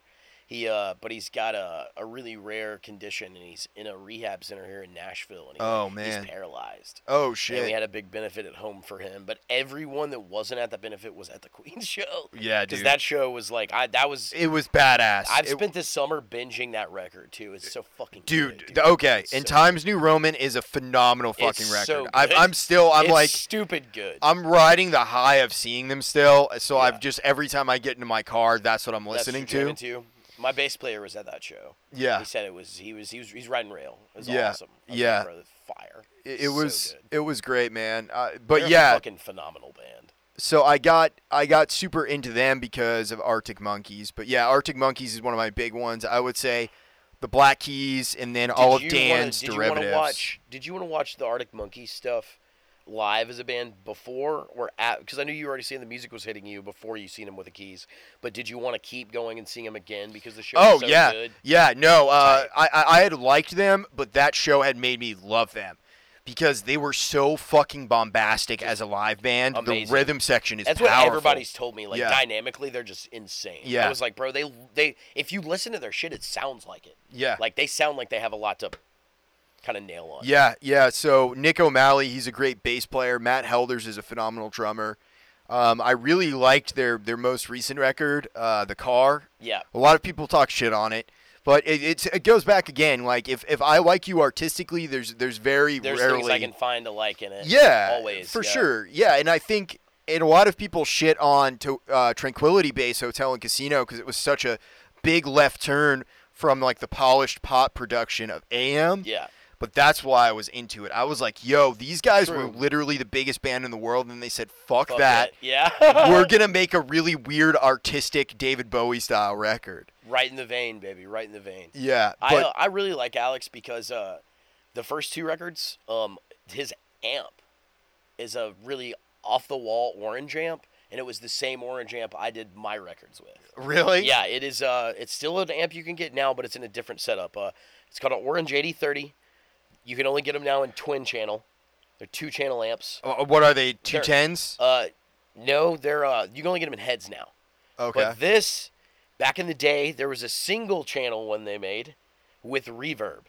S1: He uh, but he's got a, a really rare condition and he's in a rehab center here in Nashville and he,
S2: Oh, man.
S1: he's paralyzed.
S2: Oh
S1: And we
S2: shit.
S1: had a big benefit at home for him, but everyone that wasn't at the benefit was at the Queen's show.
S2: Yeah,
S1: Because
S2: dude.
S1: that show was like I that was
S2: it was badass.
S1: I've
S2: It-
S1: spent this summer binging that record too. It's so fucking
S2: dude,
S1: good,
S2: th- oh, okay.
S1: It's
S2: And
S1: so-
S2: Times New Roman is a phenomenal
S1: It's
S2: fucking record.
S1: so
S2: I've,
S1: good.
S2: I'm still. I'm
S1: it's
S2: like.
S1: stupid good.
S2: I'm riding the high of seeing them still, uh, so
S1: Yeah.
S2: I've just every time I get into my car, that's what I'm
S1: That's
S2: listening
S1: what you're
S2: to.
S1: jamming My bass player was at that show.
S2: Yeah,
S1: He said it was he was he was he's riding rail. It was
S2: Yeah,
S1: awesome. I was like,
S2: yeah.
S1: bro, fire.
S2: it, it
S1: So
S2: was
S1: good.
S2: it was great, man. Uh, but
S1: They're a
S2: yeah,
S1: fucking phenomenal band.
S2: so I got I got super into them because of Arctic Monkeys. But yeah, Arctic Monkeys is one of my big ones. I would say the Black Keys, and then all of
S1: did you wanna,
S2: Dan's
S1: did you
S2: derivatives.
S1: wanna watch? Did you want to watch the Arctic Monkeys stuff live as a band before or at? Because I knew you were already seeing the music was hitting you before you seen them with the keys. But did you want to keep going and seeing them again because the show?
S2: Oh
S1: was so
S2: yeah,
S1: good?
S2: yeah. No, uh, I I I had liked them, but that show had made me love them because they were so fucking bombastic as a live band. The
S1: amazing.
S2: rhythm section is
S1: That's
S2: powerful.
S1: what everybody's told me. Like
S2: Yeah.
S1: dynamically, they're just insane.
S2: Yeah.
S1: I was like, bro, they they if you listen to their shit, it sounds like it.
S2: Yeah.
S1: Like they sound like they have a lot to kind of nail on.
S2: yeah, yeah. So Nick O'Malley, he's a great bass player. Matt Helders is a phenomenal drummer. Um, I really liked their their most recent record, uh, The Car.
S1: Yeah.
S2: A lot of people talk shit on it, but it, it's it goes back again. Like if, if I like you artistically, there's there's very
S1: There's
S2: rarely
S1: things I can find a like in it.
S2: Yeah,
S1: Always.
S2: for
S1: yeah.
S2: sure. Yeah, and I think and a lot of people shit on to, uh, Tranquility Base Hotel and Casino because it was such a big left turn from like the polished pop production of AM.
S1: Yeah.
S2: But that's why I was into it. I was like, "Yo, these guys were
S1: True.
S2: literally the biggest band in the world," and they said, "Fuck,
S1: Fuck
S2: that."
S1: it. Yeah.
S2: We're gonna make a really weird, artistic David Bowie style record.
S1: right in the vein, baby. Right in the vein.
S2: Yeah,
S1: I
S2: but
S1: uh, I really like Alex because uh, the first two records, um, his amp is a really off the wall orange amp, and it was the same orange amp I did my records with.
S2: really,
S1: uh, Yeah, it is. Uh, it's still an amp you can get now, but it's in a different setup. Uh, it's called an Orange 8030. You can only get them now in twin channel. They're two channel amps.
S2: Uh, what are they? Two
S1: They're-
S2: tens?
S1: Uh, no, they're uh, you can only get them in heads now.
S2: Okay.
S1: But this, back in the day, there was a single channel one they made with reverb,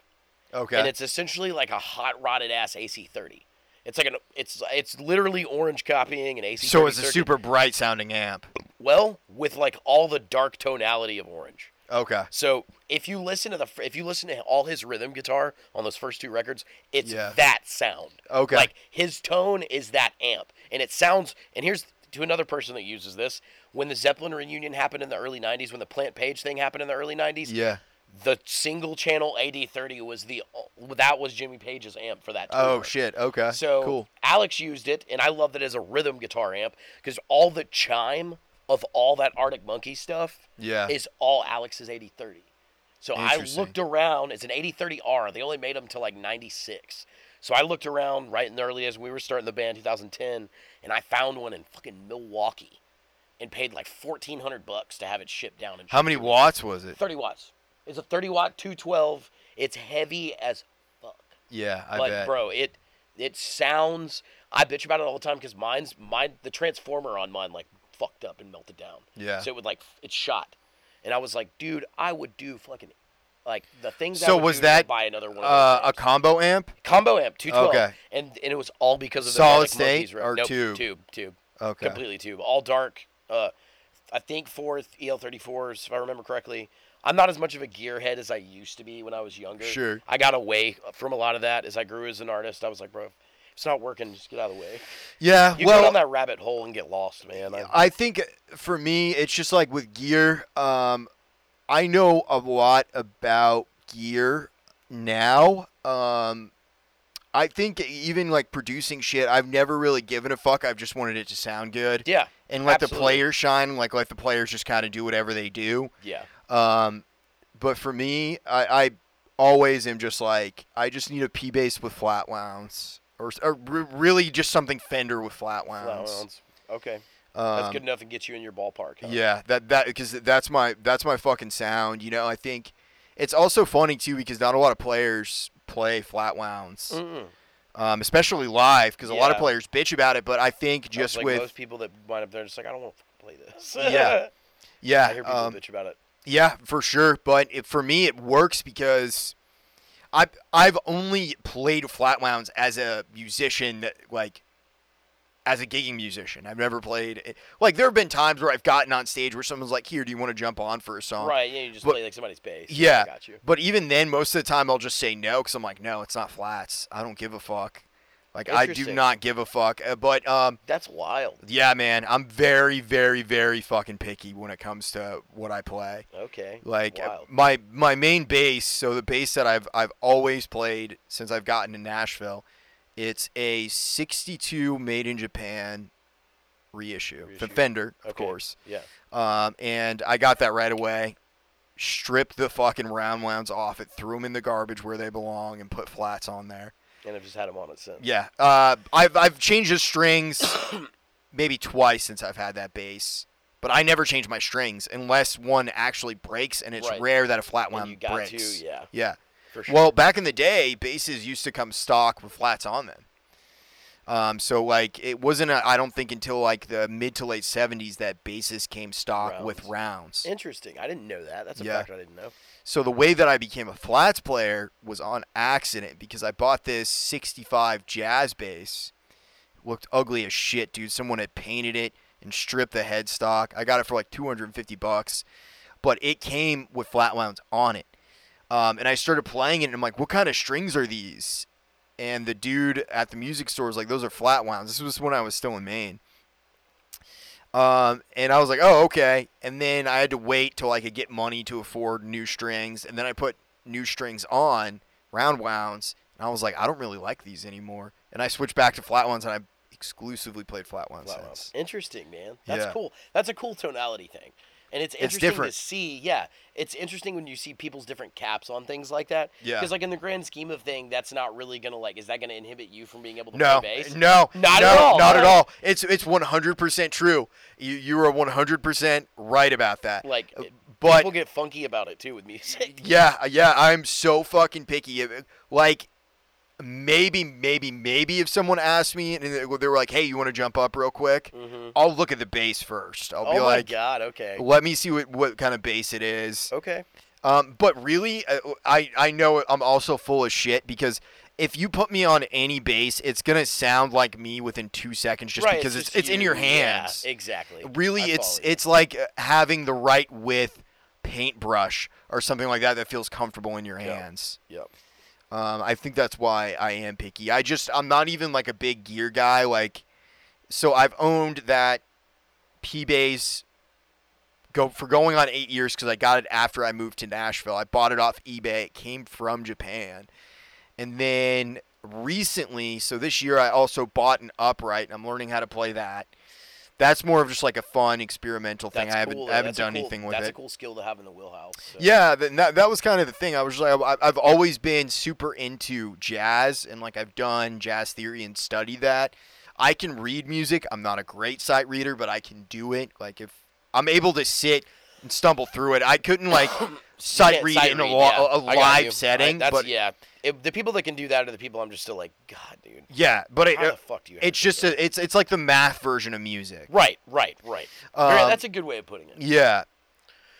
S2: Okay.
S1: and it's essentially like a hot rotted ass AC30. It's like an it's it's literally orange copying an AC.
S2: so it's a super bright sounding amp.
S1: well with like all the dark tonality of orange.
S2: Okay.
S1: So if you listen to the if you listen to all his rhythm guitar on those first two records, it's
S2: Yeah.
S1: that sound.
S2: Okay.
S1: Like his tone is that amp, and it sounds. And here's to another person that uses this: when the Zeppelin reunion happened in the early '90s, when the Plant Page thing happened in the early '90s,
S2: Yeah.
S1: the single channel AD30 was the that was Jimmy Page's amp for that.
S2: Oh
S1: tour.
S2: shit. Okay.
S1: So
S2: cool.
S1: Alex used it, and I love that as a rhythm guitar amp because all the chime of all that Arctic Monkey stuff
S2: Yeah.
S1: is all Alex's 8030. So I
S2: Interesting.
S1: looked around. It's an 8030R. They only made them to like 96. So I looked around right in the early as we were starting the band 2010, and I found one in fucking Milwaukee, and paid like 1,400 bucks to have it shipped down. And
S2: How many watts was it?
S1: 30 watts. It's a 30 watt 212. It's heavy as fuck
S2: Yeah, I
S1: like,
S2: bet. Uh,
S1: bro, it it sounds. I bitch about it all the time because mine's mine. The transformer on mine like fucked up and melted down.
S2: Yeah.
S1: So it would like f- it shot, and I was like, dude, I would do fucking like the things. I
S2: So
S1: would
S2: was
S1: do to
S2: that,
S1: buy another one? Of
S2: uh,
S1: those
S2: a
S1: amps.
S2: combo amp?
S1: combo amp two twelve.
S2: Okay.
S1: And and it was all because of the
S2: Solid
S1: Nordic
S2: state
S1: Monkeys, right?
S2: or
S1: Nope,
S2: tube?
S1: tube tube
S2: Okay.
S1: completely tube all dark. Uh, I think fourth EL thirty fours if I remember correctly. I'm not as much of a gearhead as I used to be when I was younger.
S2: Sure.
S1: I got away from a lot of that as I grew as an artist. I was like, bro, if it's not working, just get out of the way.
S2: Yeah,
S1: You go
S2: well,
S1: down that rabbit hole and get lost, man. I,
S2: I think for me it's just like with gear, um I know a lot about gear now. Um I think even like producing shit, I've never really given a fuck. I've just wanted it to sound good
S1: yeah,
S2: and let the
S1: absolutely.
S2: players shine, like let the players just kind of do whatever they do.
S1: yeah.
S2: Um, but for me, I, I always am just like, I just need a P bass with flat wounds, or, or re- really just something Fender with flat wounds.
S1: Clowns. Okay,
S2: Um,
S1: that's good enough to get you in your ballpark. huh?
S2: Yeah, that that because that's my that's my fucking sound. You know, I think it's also funny too because not a lot of players play flat wounds,
S1: Mm-mm.
S2: um, especially live because a lot of
S1: Mm. Yeah.
S2: players bitch about it. But I think
S1: That's
S2: just
S1: like
S2: with
S1: most people that wind up there, just like I don't want to play this.
S2: Yeah.
S1: I
S2: yeah,
S1: hear people
S2: um,
S1: bitch about it.
S2: yeah, for sure. But it, for me, it works because I I've only played flat wounds as a musician that like. As a gigging musician, I've never played. It. Like there have been times where I've gotten on stage where someone's like, "Here, do you want to jump on for a song?"
S1: Right? Yeah, you just
S2: uh, but-
S1: play like somebody's bass.
S2: Yeah.
S1: I got you.
S2: But even then, most of the time, I'll just say no because I'm like, no, it's not flats. I don't give a fuck. Like, I do
S1: Interesting.
S2: not give a fuck. Uh, but um,
S1: That's wild.
S2: yeah, man, I'm very, very, very fucking picky when it comes to what I play.
S1: Okay.
S2: Like uh,
S1: wild.
S2: my my main bass, so the bass that I've I've always played since I've gotten to Nashville, it's a '62 Made in Japan reissue,
S1: Reissue.
S2: Fender, of
S1: Okay.
S2: course.
S1: Yeah.
S2: Um, and I got that right away. Stripped the fucking round wounds off it, threw them in the garbage where they belong, and put flats on there.
S1: And I've just had them on it since.
S2: Yeah. Uh, I've I've changed the strings maybe twice since I've had that bass, but I never change my strings unless one actually breaks, and it's
S1: Right.
S2: rare that a flat
S1: And
S2: wound
S1: you got
S2: breaks.
S1: to, yeah,
S2: Yeah.
S1: for sure.
S2: Well, back in the day, bases used to come stock with flats on them. Um, so like it wasn't I I don't think until like the mid to late 70s that bases came stock with
S1: Rounds.
S2: rounds.
S1: Interesting. I didn't know that. That's a
S2: Yeah.
S1: fact I didn't know.
S2: So the way that I became a flats player was on accident because I bought this 65 jazz bass. It looked ugly as shit, dude. Someone had painted it and stripped the headstock. I got it for like 250 bucks, but it came with flat wounds on it. Um, and I started playing it, and I'm like, "What kind of strings are these?" And the dude at the music store was like, "Those are flat wounds." This was when I was still in Maine. Um, and I was like, oh, okay. And then I had to wait till I could get money to afford new strings. And then I put new strings on, round wounds. And I was like, I don't really like these anymore. And I switched back to flat ones and I exclusively played flat ones
S1: Wow, wow.
S2: since.
S1: Interesting, man. That's
S2: Yeah.
S1: cool. That's a cool tonality thing. And it's interesting
S2: different.
S1: to see. Yeah, it's interesting when you see people's different caps on things like that.
S2: Yeah.
S1: Because like in the grand scheme of thing, that's not really gonna like. Is that gonna inhibit you from being able to
S2: No,
S1: play bass?
S2: no,
S1: Not
S2: no,
S1: at all,
S2: not at
S1: huh?
S2: all. It's it's 100% true. You you are 100% right about that.
S1: Like,
S2: Uh,
S1: it-
S2: but-
S1: people get funky about it too with music.
S2: Yeah, yeah, I'm so fucking picky. If- Like, maybe, maybe, maybe if someone asked me and they they were like, "Hey, you want to jump up real quick?"
S1: Mhm.
S2: I'll look at the bass first. I'll
S1: Oh
S2: be
S1: my
S2: like,
S1: god. Okay.
S2: "Let me see what, what kind of bass it is."
S1: Okay.
S2: Um, but really, uh, I I know I'm also full of shit because if you put me on any bass, it's gonna sound like me within two seconds just
S1: right.
S2: because it's
S1: just
S2: it's in
S1: you.
S2: your
S1: Yeah,
S2: hands
S1: exactly.
S2: really
S1: I
S2: it's
S1: follow you.
S2: it's like uh, having the right width paintbrush or something like that that feels comfortable in your
S1: Yeah.
S2: hands
S1: Yep.
S2: um, i think that's why i am picky i just i'm not even like a big gear guy like so i've owned that p base go for going on eight years because i got it after i moved to nashville i bought it off ebay it came from japan and then recently so this year i also bought an upright and i'm learning how to play that that's more of just like a fun experimental thing
S1: That's
S2: i haven't,
S1: cool.
S2: I haven't
S1: that's a
S2: done
S1: cool-
S2: anything with
S1: That's
S2: it
S1: a cool skill to have in the wheelhouse. so.
S2: yeah, th- that, that was kind of the thing. I was just like, I- I've always been super into jazz, and like I've done jazz theory and studied that. I can read music. I'm not a great sight reader, but I can do it. Like if I'm able to sit and stumble through it, I couldn't like sight
S1: can't
S2: read
S1: sight
S2: in a,
S1: read,
S2: lo-
S1: yeah.
S2: a- a
S1: I got
S2: live
S1: you.
S2: setting.
S1: I, that's,
S2: but yeah,
S1: yeah, If the people that can do that are the people I'm just still like, God, dude,
S2: but it,
S1: how the fuck do you? have
S2: it's
S1: this
S2: just
S1: shit?"
S2: a, it's it's like the math version of music.
S1: right, right, right. Very-
S2: Um,
S1: that's a good way of putting it.
S2: Yeah.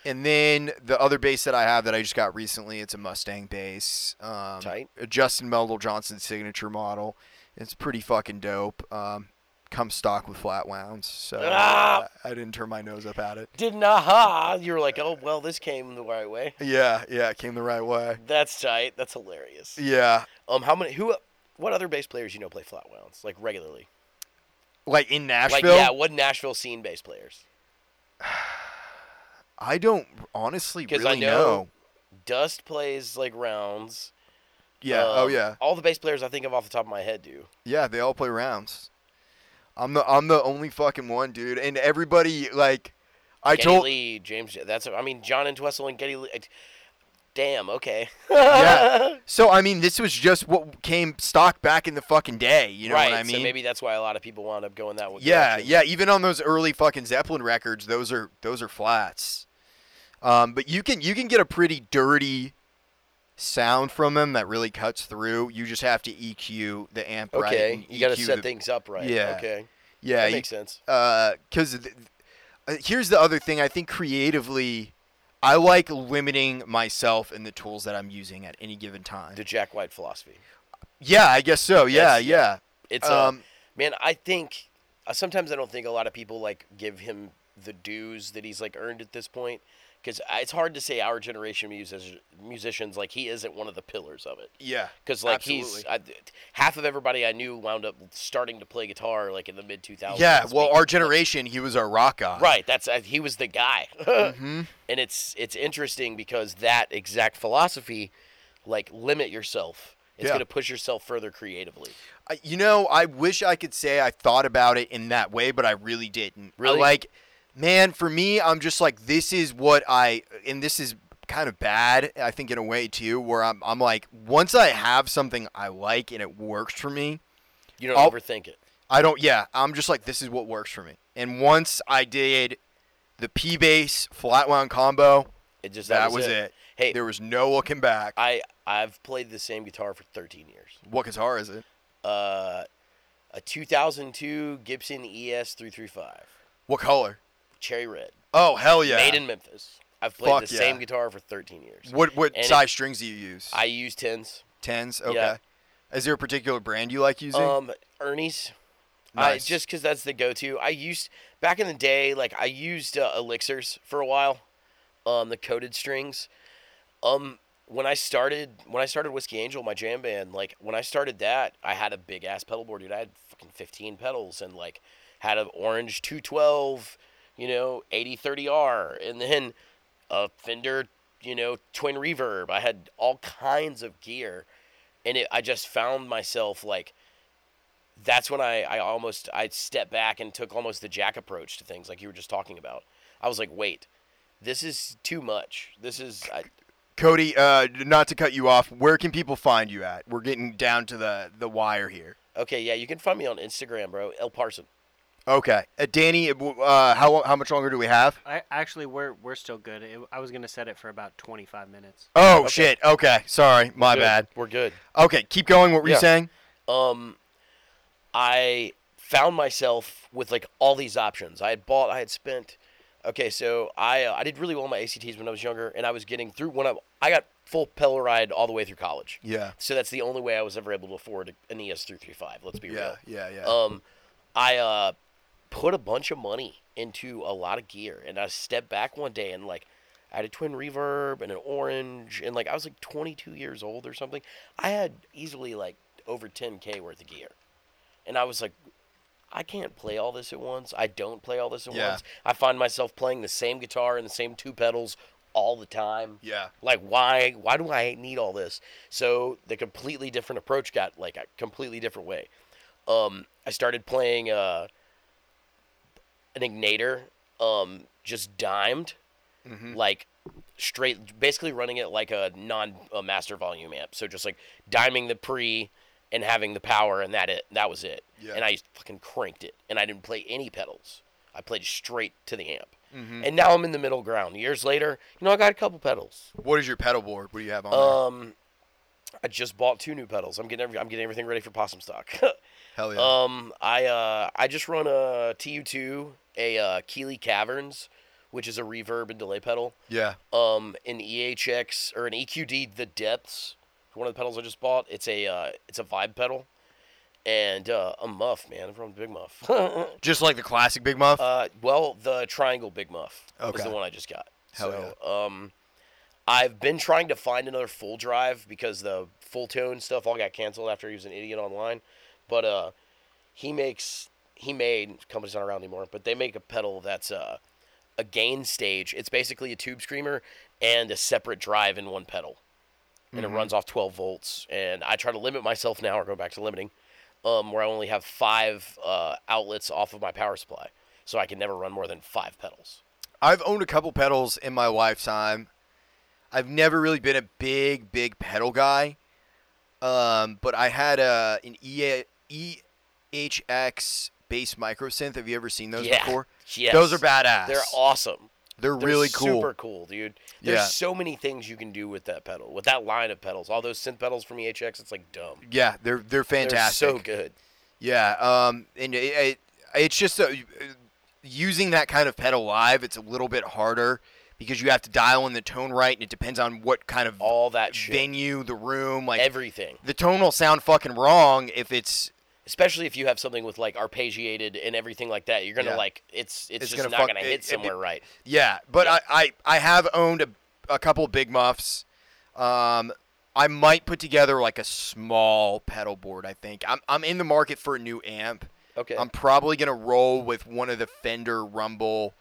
S2: And then the other bass that I have that I just got recently, it's a Mustang bass. Um,
S1: Tight.
S2: a Justin Meldal Johnson signature model. It's pretty fucking dope. Um, comes stock with flat wounds, so
S1: Ah!
S2: I, I didn't turn my nose up at it.
S1: Didn't aha? You're like, oh well, this came the right way.
S2: Yeah, yeah, it came the right way.
S1: That's tight. That's hilarious.
S2: Yeah,
S1: Um, how many? Who? What other bass players you know play flat wounds like regularly?
S2: like in Nashville,
S1: Like, yeah, what Nashville scene bass players?
S2: I don't honestly
S1: 'Cause
S2: really
S1: I know- Dust plays like rounds.
S2: Yeah,
S1: Um,
S2: oh yeah,
S1: All the bass players I think of off the top of my head do.
S2: yeah, they all play rounds. I'm the I'm the only fucking one, dude, and everybody like, I
S1: Geddy
S2: told
S1: Lee, James. That's I mean John Entwistle and Getty Lee. Damn. Okay.
S2: Yeah. So I mean, this was just what came stock back in the fucking day. You know
S1: right.
S2: what I mean?
S1: So maybe that's why a lot of people wound up going that way.
S2: yeah, yeah. Even on those early fucking Zeppelin records, those are those are flats. Um, but you can you can get a pretty dirty sound from them that really cuts through. You just have to EQ the amp right.
S1: Okay.
S2: and
S1: You got to
S2: EQ
S1: set
S2: the-
S1: things up right.
S2: Yeah.
S1: Okay.
S2: Yeah,
S1: that
S2: you-
S1: makes sense.
S2: because th- uh, here's the other thing. I think creatively, I like limiting myself and the tools that I'm using at any given time.
S1: The Jack White philosophy.
S2: yeah, I guess so. Yeah,
S1: Yes,
S2: yeah.
S1: It's um,
S2: Um,
S1: man. I think uh, sometimes I don't think a lot of people like give him the dues that he's like earned at this point. Because it's hard to say our generation music- musicians like he isn't one of the pillars of it.
S2: yeah.
S1: Because like he's
S2: Absolutely.
S1: I, half of everybody I knew wound up starting to play guitar like in the mid 2000s.
S2: Yeah, well, our generation, he was our rock guy.
S1: Right. That's uh, he was the guy,
S2: Mhm.
S1: and it's it's interesting because that exact philosophy, like limit yourself. It's
S2: Yeah.
S1: gonna push yourself further creatively.
S2: I, you know, I wish I could say I thought about it in that way, but I really didn't. I
S1: Really?
S2: like, man, for me, I'm just like, this is what I, and this is kind of bad, I think, in a way, too, where I'm, I'm like, once I have something I like and it works for me,
S1: You don't
S2: I'll-
S1: overthink it.
S2: I don't, yeah, I'm just like, this is what works for me. And once I did the P bass flatwound combo,
S1: It just
S2: that, was, it.
S1: Hey,
S2: There was no looking back.
S1: I I've played the same guitar for 13 years.
S2: what guitar is it?
S1: Uh, a 2002 Gibson E ES 335,
S2: What color?
S1: cherry red,
S2: Oh, hell yeah.
S1: made in Memphis. I've played
S2: Fuck
S1: the
S2: yeah.
S1: same guitar for 13 years.
S2: What what
S1: And it-
S2: size strings do you use?
S1: I use tens.
S2: Tens. Okay.
S1: yeah.
S2: Is there a particular brand you like using?
S1: Um, Ernie's.
S2: Nice.
S1: I, just because that's the go-to. I used back in the day, like I used uh, elixirs for a while, um, the coated strings. Um, when I started, when I started Whiskey Angel, my jam band, like when I started that, I had a big ass pedal board, dude. I had fucking fifteen pedals and like had an orange two twelve, you know, eighty thirty R, and then a Fender, you know, twin reverb. I had all kinds of gear, and it, I just found myself like that's when I, I almost I stepped back and took almost the jack approach to things like you were just talking about. I was like, wait, this is too much. This is I,
S2: Cody, uh, not to cut you off, where can people find you at? We're getting down to the the wire here.
S1: okay. Yeah, you can find me on Instagram, bro. El Parson.
S2: Okay, uh, Danny, uh, w- uh, how how much longer do we have?
S3: I actually we're we're still good. It, I was gonna set it for about 25 minutes.
S2: Oh
S1: Okay.
S2: shit. Okay, sorry, my
S1: Good.
S2: bad.
S1: We're good.
S2: Okay, keep going. What were you
S1: Yeah.
S2: saying?
S1: um I found myself with like all these options. I had bought, I had spent. Okay, so I uh, I did really well on my ACTs when I was younger, and I was getting through when I I got full Pell ride all the way through college.
S2: Yeah.
S1: So that's the only way I was ever able to afford an ES three three five. Let's be
S2: Yeah.
S1: real.
S2: Yeah. Yeah.
S1: Um, I uh, put a bunch of money into a lot of gear, and I stepped back one day and like, I had a twin reverb and an orange, and like I was like 22 years old or something. I had easily like over 10k worth of gear, and I was like, I can't play all this at once. I don't play all this at
S2: Yeah.
S1: once. I find myself playing the same guitar and the same two pedals all the time
S2: yeah.
S1: like why why do i need all this so the completely different approach got like a completely different way um i started playing uh an ignator um just dimed
S2: Mhm.
S1: like straight basically running it like a non a master volume amp so just like diming the pre and having the power and that it that was it
S2: Yeah.
S1: and i fucking cranked it and i didn't play any pedals i played straight to the amp
S2: Mhm.
S1: and now i'm in the middle ground years later you know i got a couple pedals
S2: What is your pedal board? What do you have on? there?
S1: um, I just bought two new pedals. I'm getting every, I'm getting everything ready for possum stock.
S2: Hell yeah.
S1: um, I uh, I just run a Tu2, a uh, Keeley Caverns, which is a reverb and delay pedal.
S2: yeah.
S1: Um, an EHX or an EQD The Depths, one of the pedals I just bought. It's a uh, it's a vibe pedal, and uh, a muff, man. I'm from Big Muff.
S2: Just like the classic Big Muff.
S1: Uh, well, the triangle big muff is
S2: Okay.
S1: the one I just got.
S2: Hell
S1: so, um, I've been trying to find another full drive because the full tone stuff all got canceled after he was an idiot online. But uh, he makes he made company's not around anymore, but they make a pedal that's uh, a gain stage. It's basically a tube screamer and a separate drive in one pedal, and
S2: Mm-hmm.
S1: it runs off twelve volts. And I try to limit myself now, or go back to limiting um, where I only have five uh, outlets off of my power supply, so I can never run more than five pedals.
S2: I've owned a couple pedals in my lifetime. I've never really been a big, big pedal guy. Um, but I had a an EA, EHX bass micro synth. Have you ever seen those
S1: Yeah.
S2: before?
S1: Yes.
S2: Those are badass.
S1: They're awesome.
S2: They're
S1: They're
S2: really cool.
S1: Super cool, dude. There's
S2: Yeah.
S1: so many things you can do with that pedal, with that line of pedals. All those synth pedals from EHX, it's like dumb.
S2: Yeah, they're they're fantastic.
S1: They're so good.
S2: Yeah, um, and it, it, it's just uh using that kind of pedal live. It's a little bit harder because you have to dial in the tone right, and it depends on what kind of
S1: All that shit.
S2: venue, the room, like
S1: Everything.
S2: the tone will sound fucking wrong if it's
S1: Especially if you have something with like arpeggiated and everything like that, you're gonna
S2: Yeah.
S1: like it's it's,
S2: It's
S1: just
S2: gonna
S1: not
S2: fuck-
S1: gonna
S2: it-
S1: hit
S2: it-
S1: somewhere right.
S2: yeah. But
S1: Yeah.
S2: I, I I have owned a a couple big muffs. Um, I might put together like a small pedal board. I think I'm I'm in the market for a new amp.
S1: Okay.
S2: I'm probably gonna roll with one of the Fender Rumble,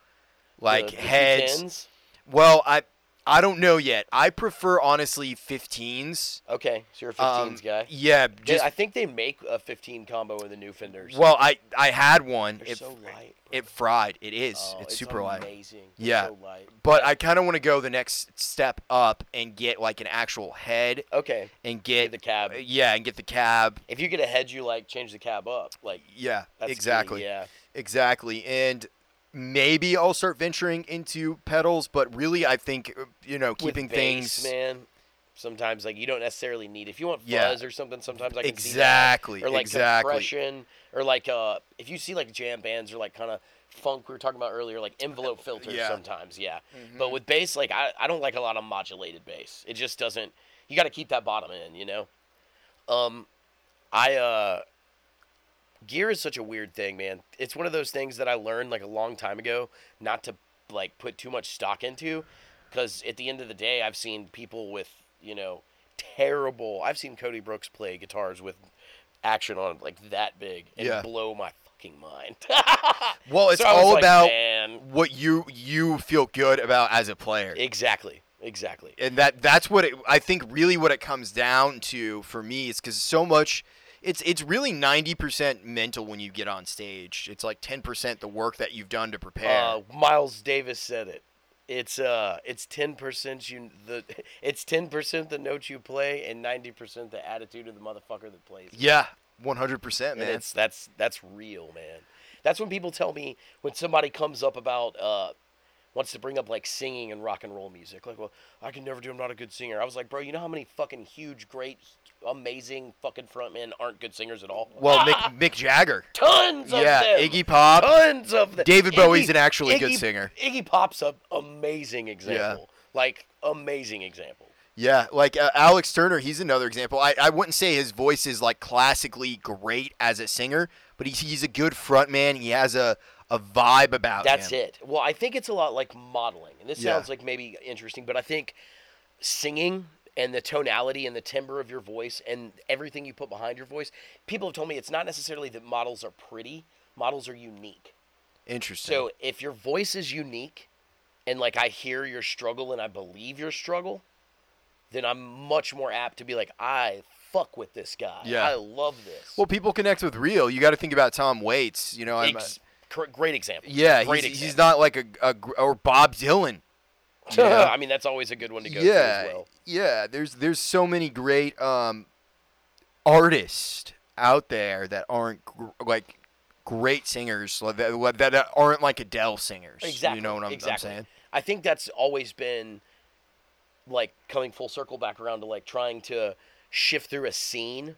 S2: like
S1: The- the
S2: heads.
S1: 210s?
S2: Well, I I don't know yet. I prefer honestly 15s.
S1: Okay, so you're a 15s
S2: Um,
S1: guy.
S2: Yeah,
S1: They-
S2: just
S1: I think they make a 15 combo in the new fenders.
S2: well, I I had one.
S1: They're
S2: It,
S1: so light. bro.
S2: it fried. It is.
S1: Oh,
S2: it's, super light.
S1: Amazing. They're
S2: Yeah.
S1: so light.
S2: But I kind of want to go the next step up and get like an actual head
S1: Okay.
S2: and
S1: Get
S2: get Uh,
S1: the cab.
S2: yeah and get the cab.
S1: If you get a head, you like change the cab up. Like
S2: Yeah,
S1: that's key,
S2: exactly,
S1: yeah.
S2: exactly, and. Maybe I'll start venturing into pedals, but really, I think uh, you know
S1: With
S2: keeping
S1: bass,
S2: things
S1: man. Sometimes like you don't necessarily need if you want fuzz
S2: Yeah.
S1: or something. Sometimes I can see
S2: exactly,
S1: that. or like
S2: exactly.
S1: compression or like uh if you see like jam bands or like kind of funk we were talking about earlier like envelope filters
S2: Oh, Yeah. Mm-hmm.
S1: sometimes yeah but with bass like I, I don't like a lot of modulated bass it just doesn't you got to keep that bottom in you know um I uh gear is such a weird thing, man. It's one of those things that I learned like a long time ago not to like put too much stock into cuz at the end of the day I've seen people with, you know, terrible. I've seen Cody Brooks play guitars with action on like that big and
S2: Yeah.
S1: blow my fucking mind.
S2: Well, it's
S1: So I was
S2: all
S1: like,
S2: about
S1: "Man."
S2: what you you feel good about as a player.
S1: Exactly. Exactly.
S2: and that that's what it, I think really what it comes down to for me is cuz so much it's it's really 90% mental when you get on stage. It's like 10% the work that you've done to prepare.
S1: Uh, Miles Davis said it. It's uh, it's ten percent you the, it's ten percent the notes you play and ninety percent the attitude of the motherfucker that plays. it.
S2: yeah, 100%
S1: and
S2: man.
S1: it's that's that's real, man. That's when people tell me when somebody comes up about uh, wants to bring up like singing and rock and roll music, like, well, I can never do. I'm not a good singer. I was like, bro, you know how many fucking huge, great, amazing fucking frontmen aren't good singers at all?
S2: well,
S1: Ah!
S2: Mick, Mick Jagger.
S1: tons of
S2: Yeah,
S1: them.
S2: Iggy Pop.
S1: Tons of them.
S2: David Bowie's an actually
S1: actually
S2: good singer.
S1: Iggy Pop's an amazing example. Like amazing example.
S2: Yeah, like uh, Alex Turner, he's another example. I, I wouldn't say his voice is like classically great as a singer, but he's, he's a good front man. He has a, a vibe about him.
S1: That's it. Well, I think it's a lot like modeling, and this
S2: Oh, Yeah.
S1: sounds like maybe interesting, but I think singing and the tonality and the timbre of your voice and everything you put behind your voice. People have told me it's not necessarily that models are pretty. Models are unique.
S2: Interesting.
S1: So if your voice is unique and like I hear your struggle and I believe your struggle, then I'm much more apt to be like, I fuck with this guy.
S2: Yeah.
S1: I love this.
S2: Well, people connect with real. You got to think about Tom Waits. You know, I'm, uh,
S1: Ex- cor- great example.
S2: yeah,
S1: Great
S2: he's, he's
S1: example.
S2: not like a, a gr- or Bob Dylan. you know?
S1: I mean, that's always a good one to go to
S2: yeah,
S1: as well.
S2: yeah. There's there's so many great um, artists out there that aren't gr- like great singers like that, that aren't like Adele singers.
S1: Exactly.
S2: You know what I'm, I'm
S1: exactly.
S2: saying?
S1: I think that's always been like coming full circle back around to like trying to shift through a scene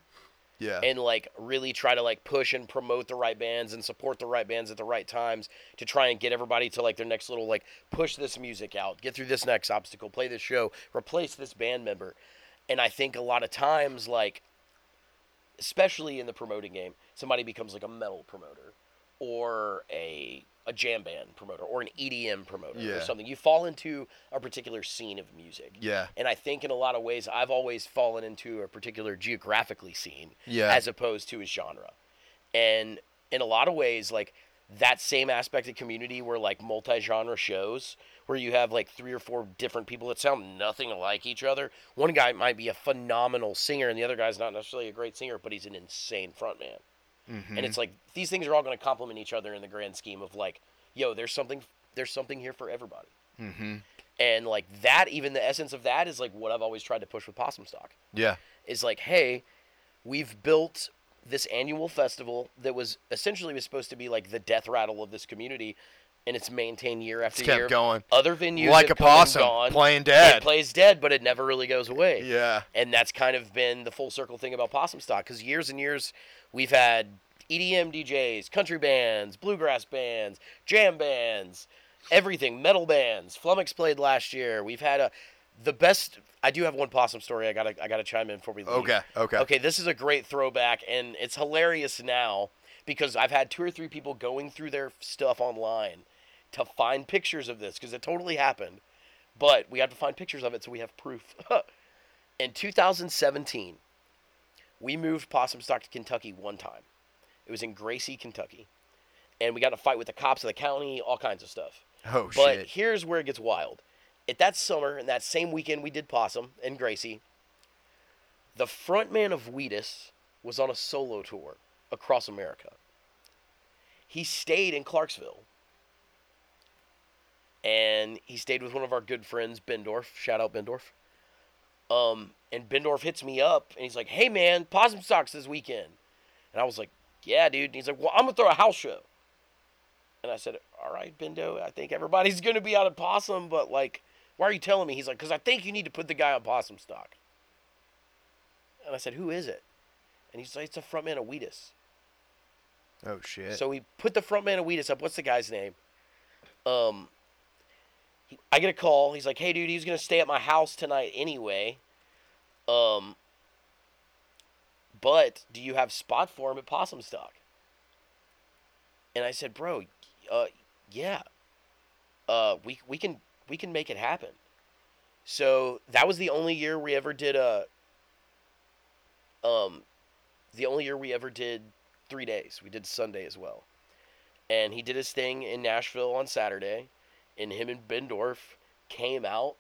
S2: Yeah.
S1: and like really try to like push and promote the right bands and support the right bands at the right times to try and get everybody to like their next little like push this music out, get through this next obstacle, play this show, replace this band member. And I think a lot of times like especially in the promoting game, somebody becomes like a metal promoter or a a jam band promoter or an EDM promoter
S2: Yeah.
S1: or something. You fall into a particular scene of music.
S2: yeah.
S1: And I think in a lot of ways, I've always fallen into a particular geographically scene
S2: Yeah.
S1: as opposed to a genre. And in a lot of ways, like that same aspect of community where like multi genre shows, where you have like three or four different people that sound nothing like each other. One guy might be a phenomenal singer, and the other guy's not necessarily a great singer, but he's an insane frontman.
S2: Mhm.
S1: And it's like these things are all going to complement each other in the grand scheme of like, yo, there's something, there's something here for everybody.
S2: Mhm.
S1: And like that, even the essence of that is like what I've always tried to push with Possum Stock
S2: Yeah.
S1: is like, hey, we've built this annual festival that was essentially was supposed to be like the death rattle of this community, and it's maintained year after
S2: It's
S1: year.
S2: kept going.
S1: Other venues
S2: Like a
S1: have come and
S2: possum
S1: gone.
S2: playing
S1: It
S2: dead.
S1: plays dead, but it never really goes away.
S2: Yeah.
S1: And that's kind of been the full circle thing about Possum Stock because years and years we've had E EDM DJs, country bands, bluegrass bands, jam bands, everything, metal bands. Flummox played last year. We've had a the best. I do have one Possum story. I gotta I gotta chime in before we leave.
S2: Okay. Okay.
S1: Okay, this is a great throwback, and it's hilarious now because I've had two or three people going through their stuff online to find pictures of this because it totally happened. But we have to find pictures of it so we have proof. In 2017, we moved Possum Stock to Kentucky one time. It was in Gracie, Kentucky. And we got in a fight with the cops of the county, all kinds of stuff.
S2: Oh
S1: But
S2: shit.
S1: here's where it gets wild. At that summer, and that same weekend we did Possum and Gracie, the frontman of Wheatus was on a solo tour across America. He stayed in Clarksville. And he stayed with one of our good friends, Bendorf. Shout out Bendorf. Um, and Bendorf hits me up and he's like, Hey man, Possum Stocks this weekend. And I was like, Yeah, dude. And he's like, Well, I'm gonna throw a house show. And I said, All right, Bendo, I think everybody's going to be out of possum, but like, why are you telling me? He's like, Because I think you need to put the guy on possum stock. And I said, Who is it? And he's like, It's a frontman of Wheatus.
S2: Oh shit.
S1: So we put the frontman of Wheatus up. What's the guy's name? Um, he- I get a call. He's like, "Hey, dude, he's gonna stay at my house tonight anyway. Um, but do you have spot for him at Possum Stock?" And I said, "Bro, uh, yeah, uh, we we can we can make it happen." So that was the only year we ever did a. Um, the only year we ever did three days. We did Sunday as well. And he did his thing in Nashville on Saturday, and him and Bendorf came out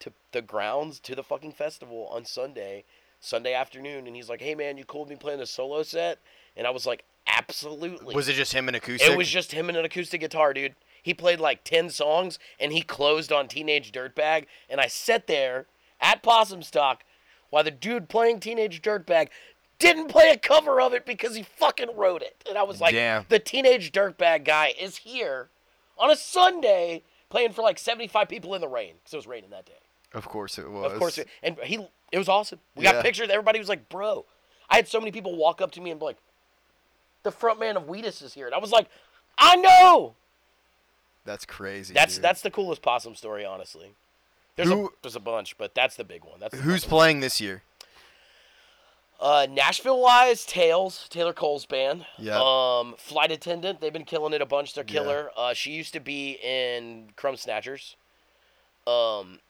S1: to the grounds to the fucking festival on Sunday, Sunday afternoon, and he's like, "Hey man, you cool with me playing a solo set?" And I was like, "Absolutely."
S2: was it just him and acoustic?
S1: It was just him and an acoustic guitar, dude. He played like 10 songs and he closed on Teenage Dirtbag. And I sat there at Possum Stock while the dude playing Teenage Dirtbag didn't play a cover of it because he fucking wrote it. And I was like,
S2: Damn.
S1: the Teenage Dirtbag guy is here on a Sunday playing for like 75 people in the rain because it was raining that day.
S2: Of course it was.
S1: Of course, it- and he it was awesome. We
S2: Yeah.
S1: got pictures. Everybody was like, "Bro," I had so many people walk up to me and be like, "The front man of Wheatus is here," and I was like, "I know."
S2: That's crazy.
S1: That's
S2: dude.
S1: that's the coolest possum story, honestly. There's a,
S2: Who-
S1: there's a bunch, but that's the big one. That's the
S2: Who's
S1: big
S2: playing this year?
S1: one. uh, Nashville wise Tails Taylor Cole's band.
S2: Yeah.
S1: Um, flight attendant. They've been killing it a bunch. They're killer. Uh, she used to be in Crumb Snatchers. Um,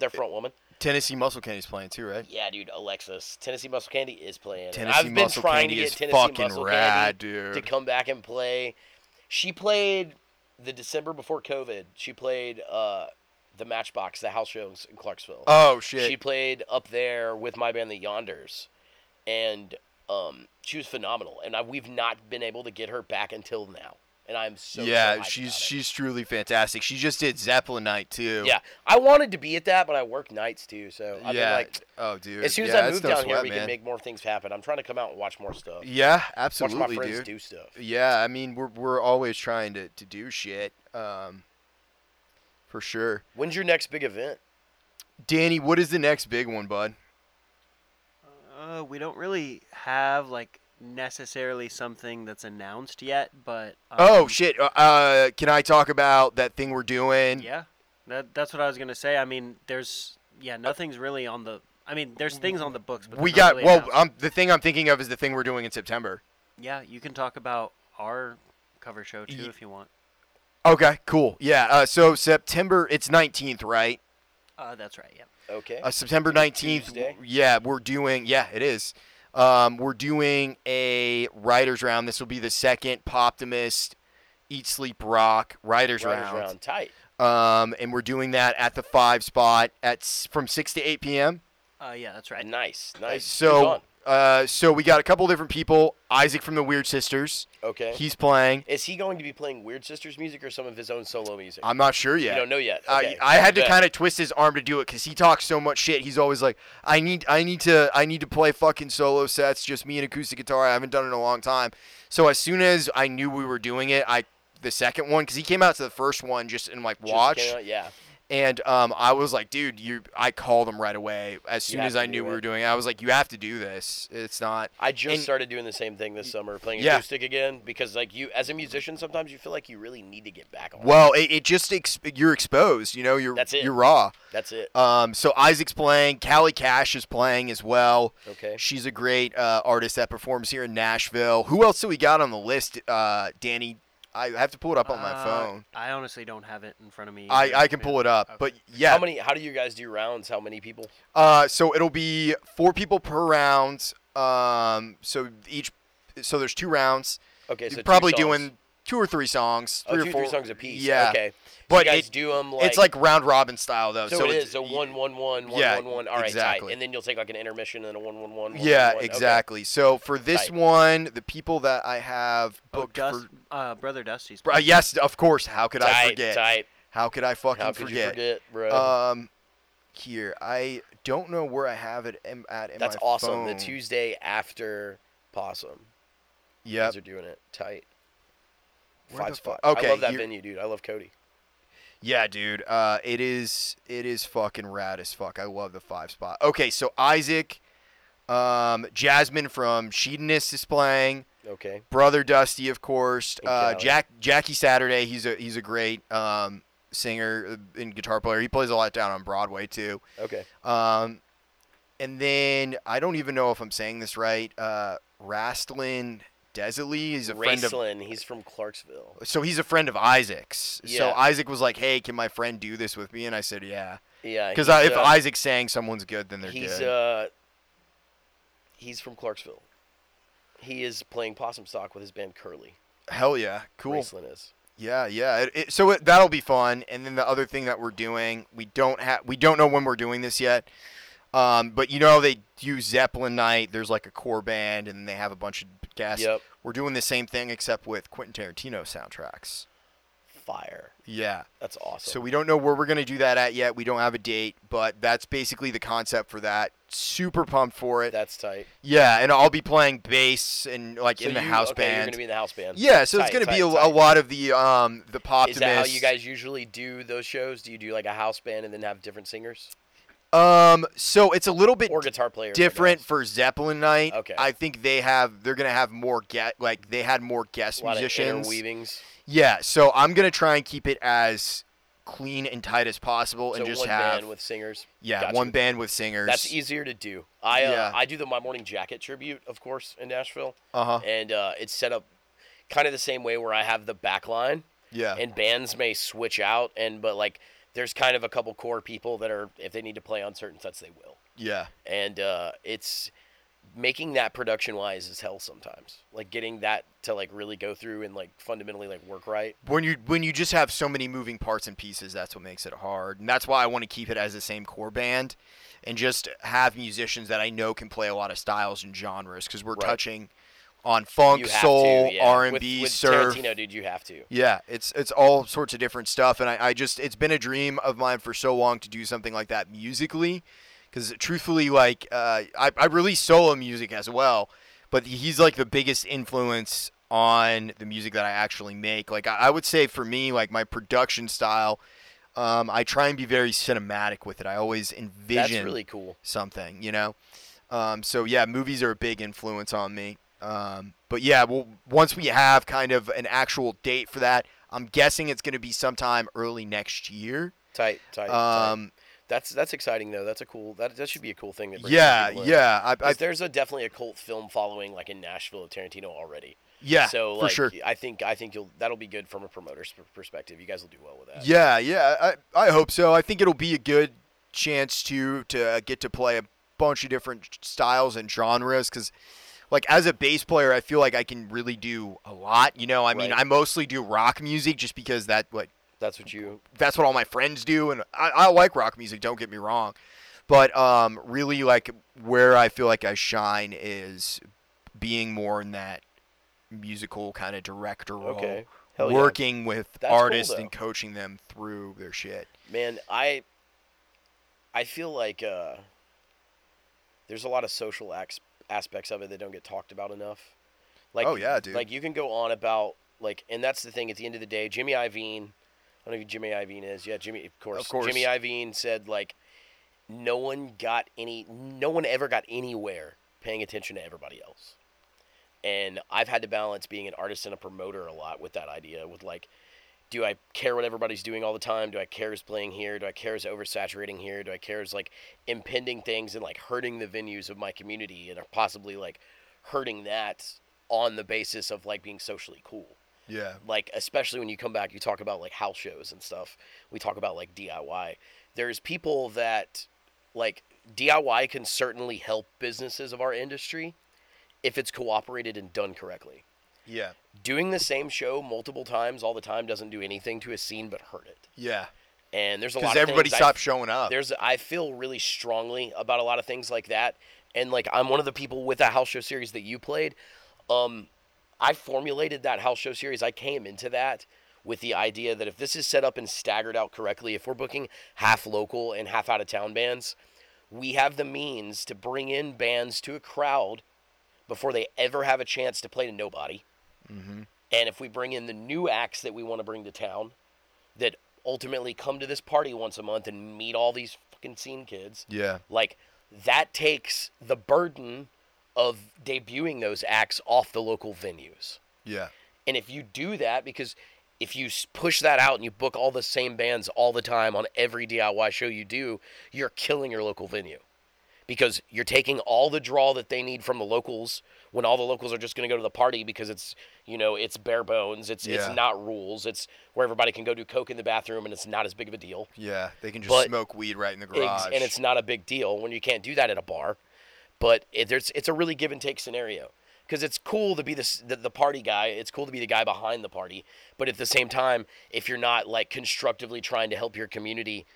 S1: their front woman.
S2: Tennessee Muscle Candy's playing too, right?
S1: Yeah, dude, Alexis. Tennessee Muscle Candy is playing.
S2: Tennessee
S1: I've been
S2: Muscle
S1: trying
S2: Candy
S1: to
S2: is
S1: get Tennessee
S2: fucking
S1: Muscle
S2: rad,
S1: Candy
S2: dude.
S1: to come back and play. She played the December before COVID. She played uh, the Matchbox, the house shows in Clarksville.
S2: Oh shit.
S1: she played up there with my band, the Yonders, and um, she was phenomenal. And I, we've not been able to get her back until now. And I'm so Oh so
S2: yeah,
S1: hyped
S2: she's
S1: about it.
S2: she's truly fantastic. She just did Zeppelin night too.
S1: yeah. I wanted to be at that, but I work nights too, so I've been
S2: yeah.
S1: like.
S2: oh dude.
S1: As soon as
S2: Yeah,
S1: I
S2: that's
S1: move
S2: no
S1: down here,
S2: sweat,
S1: we
S2: man.
S1: can make more things happen. I'm trying to come out and watch more stuff.
S2: Yeah,
S1: Watch
S2: absolutely,
S1: my friends
S2: dude.
S1: do stuff.
S2: Yeah, I mean we're we're always trying to, to do shit. Um for sure.
S1: When's your next big event?
S2: Danny, what is the next big one, bud?
S3: Uh, we don't really have like necessarily something that's announced yet, but um,
S2: oh shit. Uh, Uh can I talk about that thing we're doing?
S3: yeah, that that's what I was gonna say. I mean, there's yeah, nothing's really on the. I mean, there's things on the books, but
S2: we
S3: they're not
S2: got
S3: really
S2: well,
S3: announced.
S2: um, the thing I'm thinking of is the thing we're doing in September.
S3: yeah, you can talk about our cover show too
S2: Ye-
S3: if you want.
S2: Okay, cool. Yeah, uh, so September it's 19th, right?
S3: Uh, that's right. Yeah.
S1: Okay.
S2: Uh, September 19th.
S1: Tuesday?
S2: Yeah, we're doing. Yeah, it is. Um, we're doing a writers round. This will be the second Poptimist Eat Sleep Rock writers,
S1: Riders
S2: round.
S1: round tight.
S2: Um, and we're doing that at the five spot at s- from six to eight p.m.
S3: Uh, yeah, that's right.
S1: Nice, nice.
S2: So
S1: Who's on?
S2: Uh, so we got a couple different people. Isaac from the Weird Sisters,
S1: Okay.
S2: he's playing.
S1: is he going to be playing Weird Sisters music or some of his own solo music?
S2: I'm not sure
S1: You
S2: yet.
S1: don't know yet.
S2: I-
S1: Okay.
S2: I, had to
S1: Bet.
S2: kind of twist his arm to do it because he talks so much shit. He's always like, "I need, I need to, I need to play fucking solo sets, just me and acoustic guitar. I haven't done it in a long time." So as soon as I knew we were doing it, I the second one because he came out to the first one just in like
S1: Just
S2: watch,
S1: came out- Yeah.
S2: and um, I was like, "Dude, you," I called him right away as
S1: You
S2: soon
S1: have
S2: as
S1: to
S2: I
S1: do
S2: knew we
S1: it.
S2: were doing it. I was like, "You have to do this. It's not."
S1: I just
S2: And-
S1: started doing the same thing this summer, playing
S2: Yeah.
S1: acoustic again, because like you, as a musician, sometimes you feel like you really need to get back on.
S2: Well, it, it just ex- you're exposed. You know, you're
S1: That's it.
S2: you're raw.
S1: That's it.
S2: Um, so Isaac's playing. Callie Cash is playing as well.
S1: Okay.
S2: She's a great uh, artist that performs here in Nashville. Who else do we got on the list, uh, Danny? I have to pull it up on my
S3: Uh,
S2: phone.
S3: I honestly don't have it in front of me.
S2: I,
S3: either,
S2: I can
S3: man.
S2: pull it up,
S3: Okay.
S2: but yeah.
S1: How many? How do you guys do rounds? How many people?
S2: Uh, so it'll be four people per round. Um, so each, so there's two rounds.
S1: Okay, so
S2: You're
S1: two
S2: probably
S1: songs.
S2: doing two or three songs,
S1: Oh,
S2: three
S1: two,
S2: or four
S1: three songs a piece.
S2: Yeah,
S1: Okay. So
S2: But
S1: you guys
S2: it-
S1: do them like
S2: it's like round robin style though.
S1: so, it is a one one one one
S2: Yeah,
S1: one one. All right,
S2: exactly.
S1: tight. And then you'll take like an intermission and a one one one. one,
S2: Yeah,
S1: one, one. Okay.
S2: exactly. So for this
S1: Right.
S2: one, the people that I have
S3: Oh,
S2: booked
S3: Dust,
S2: for-
S3: uh, brother Dusty's.
S2: Bru- yes, of course. How could I
S1: Tight,
S2: forget?
S1: tight.
S2: How could I fucking
S1: How could you forget, bro?
S2: Um, here I don't know where I have it in, at in
S1: That's
S2: my
S1: awesome. The
S2: phone.
S1: Tuesday after Possum. You
S2: Yep.
S1: Guys are doing it tight.
S2: Where
S1: Five
S2: the
S1: spot.
S2: fu- okay,
S1: I love that
S2: you're-
S1: venue, dude. I love Cody.
S2: Yeah, dude. Uh, it is it is fucking rad as fuck. I love the five spot. Okay, so Isaac, um, Jasmine from Sheedonist is playing.
S1: Okay.
S2: Brother Dusty, of course.
S1: And
S2: Uh,
S1: Cali.
S2: Jack Jackie Saturday. He's a he's a great um singer and guitar player. He plays a lot down on Broadway too.
S1: Okay.
S2: Um, and then I don't even know if I'm saying this right. Uh, Rastlin Desilly is a friend of.
S1: Raceland. He's from Clarksville.
S2: So he's a friend of Isaac's. So
S1: Yeah.
S2: Isaac was like, "Hey, can my friend do this with me?" And I said, "Yeah,"
S1: Yeah.
S2: because
S1: he's,
S2: if
S1: uh,
S2: Isaac's saying someone's good, then they're
S1: he's
S2: good.
S1: uh he's from Clarksville. He is playing possum stock with his band Curly.
S2: Hell yeah, cool.
S1: Raceland is.
S2: Yeah, yeah. It, it, so it, that'll be fun. And then the other thing that we're doing, we don't have, we don't know when we're doing this yet. Um, but you know they do Zeppelin night. There's like a core band, and they have a bunch of guests.
S1: Yep.
S2: We're doing the same thing except with Quentin Tarantino soundtracks.
S1: Fire.
S2: Yeah.
S1: That's awesome.
S2: So we don't know where we're going to do that at yet. We don't have a date, but that's basically the concept for that. Super pumped for it.
S1: that's tight.
S2: yeah, and I'll be playing bass and like
S1: So
S2: in the
S1: you-
S2: house
S1: okay, You're
S2: band.
S1: gonna be in the house band.
S2: yeah, so it's
S1: Tight,
S2: going to be
S1: tight,
S2: a, a
S1: tight.
S2: lot of the um the pop.
S1: Is that how you guys usually do those shows? Do you do like a house band and then have different singers
S2: Um, so it's a little bit
S1: or guitar players? I
S2: different
S1: guess?
S2: for Zeppelin night.
S1: Okay.
S2: I think they have they're gonna have more get like they had more guest
S1: A lot of
S2: musicians.
S1: interweavings.
S2: yeah, so I'm gonna try and keep it as clean and tight as possible,
S1: So
S2: and just
S1: one
S2: have
S1: band with singers.
S2: yeah
S1: gotcha.
S2: one band with singers.
S1: That's easier to do. I uh,
S2: Yeah.
S1: I do the My Morning Jacket tribute, of course, in Nashville,
S2: uh huh.
S1: and uh, it's set up kind of the same way where I have the back line,
S2: Yeah.
S1: and bands may switch out, and but like there's kind of a couple core people that are if they need to play on certain sets they will,
S2: yeah.
S1: and uh, it's making that production wise is hell sometimes. Like getting that to like really go through and like fundamentally like work right.
S2: When you when you just have so many moving parts and pieces, that's what makes it hard, and that's why I want to keep it as the same core band, and just have musicians that I know can play a lot of styles and genres because we're
S1: Right.
S2: touching on funk,
S1: you have
S2: soul,
S1: to, yeah.
S2: R and
S1: With-
S2: B,
S1: with
S2: surf.
S1: Tarantino, dude, you have to.
S2: Yeah, it's it's all sorts of different stuff, and I, I just it's been a dream of mine for so long to do something like that musically, because truthfully, like uh, I I release solo music as well, but he's like the biggest influence on the music that I actually make. Like I, I would say for me, like my production style, um, I try and be very cinematic with it. I always envision
S1: That's really cool.
S2: something, you know. Um, so yeah, movies are a big influence on me. Um, but yeah, well, once we have kind of an actual date for that, I'm guessing it's going to be sometime early next year.
S1: Tight, tight. tight.
S2: Um,
S1: That's that's exciting though. That's a cool. That that should be a cool thing. That brings
S2: yeah,
S1: people in.
S2: yeah, I,
S1: 'Cause
S2: I,
S1: there's a definitely a cult film following like in Nashville of Tarantino already.
S2: yeah,
S1: so
S2: for
S1: like,
S2: sure.
S1: I think I think you'll that'll be good from a promoter's per- perspective. You guys will do well with that.
S2: Yeah, yeah, I, I hope so. I think it'll be a good chance to to uh, get to play a bunch of different styles and genres because. Like as a bass player, I feel like I can really do a lot. You know, I mean,
S1: Right.
S2: I mostly do rock music just because that what
S1: That's what you.
S2: that's what all my friends do, and I, I like rock music. Don't get me wrong, But um, really, like where I feel like I shine is being more in that musical kind of director role,
S1: Okay. Hell yeah.
S2: working with
S1: That's cool,
S2: artists
S1: though.
S2: and coaching them through their shit.
S1: Man, I I feel like uh, there's a lot of social acts aspects of it that don't get talked about enough. Like
S2: Oh, yeah, dude.
S1: Like you can go on about like and that's the thing at the end of the day, Jimmy Iovine, I don't know who Jimmy Iovine is. Yeah, Jimmy of course.
S2: Of course.
S1: Jimmy Iovine said like no one got any no one ever got anywhere paying attention to everybody else. And I've had to balance being an artist and a promoter a lot with that idea with like do I care what everybody's doing all the time? Do I care who's playing here? Do I care who's oversaturating here? Do I care who's like impending things and like hurting the venues of my community and are possibly like hurting that on the basis of like being socially cool?
S2: Yeah,
S1: like especially when you come back you talk about like house shows and stuff we talk about like diy there's people that like diy can certainly help businesses of our industry if it's cooperated and done correctly
S2: yeah,
S1: doing the same show multiple times all the time doesn't do anything to a scene but hurt it
S2: yeah.
S1: and there's a lot
S2: Because
S1: of
S2: everybody
S1: things I-
S2: stopped showing up.
S1: there's I feel really strongly about a lot of things like that, and like I'm one of the people with that house show series that you played. Um, I formulated that house show series. I came into that with the idea that if this is set up and staggered out correctly, if we're booking half local and half out of town bands, we have the means to bring in bands to a crowd before they ever have a chance to play to nobody.
S2: Mhm.
S1: And if we bring in the new acts that we want to bring to town, that ultimately come to this party once a month and meet all these fucking scene kids,
S2: Yeah,
S1: like that takes the burden of debuting those acts off the local venues.
S2: yeah,
S1: And if you do that, because if you s- push that out and you book all the same bands all the time on every DIY show you do, you're killing your local venue. Because you're taking all the draw that they need from the locals when all the locals are just going to go to the party because it's, you know, it's bare bones. It's,
S2: Yeah.
S1: it's not rules. It's where everybody can go do coke in the bathroom and it's not as big of a deal.
S2: yeah. They can just
S1: But-
S2: smoke weed right in the
S1: Ex-
S2: garage.
S1: and it's not a big deal when you can't do that at a bar. But it, there's it's a really give and take scenario because it's cool to be the, s- the the party guy. It's cool to be the guy behind the party. But at the same time, if you're not like constructively trying to help your community,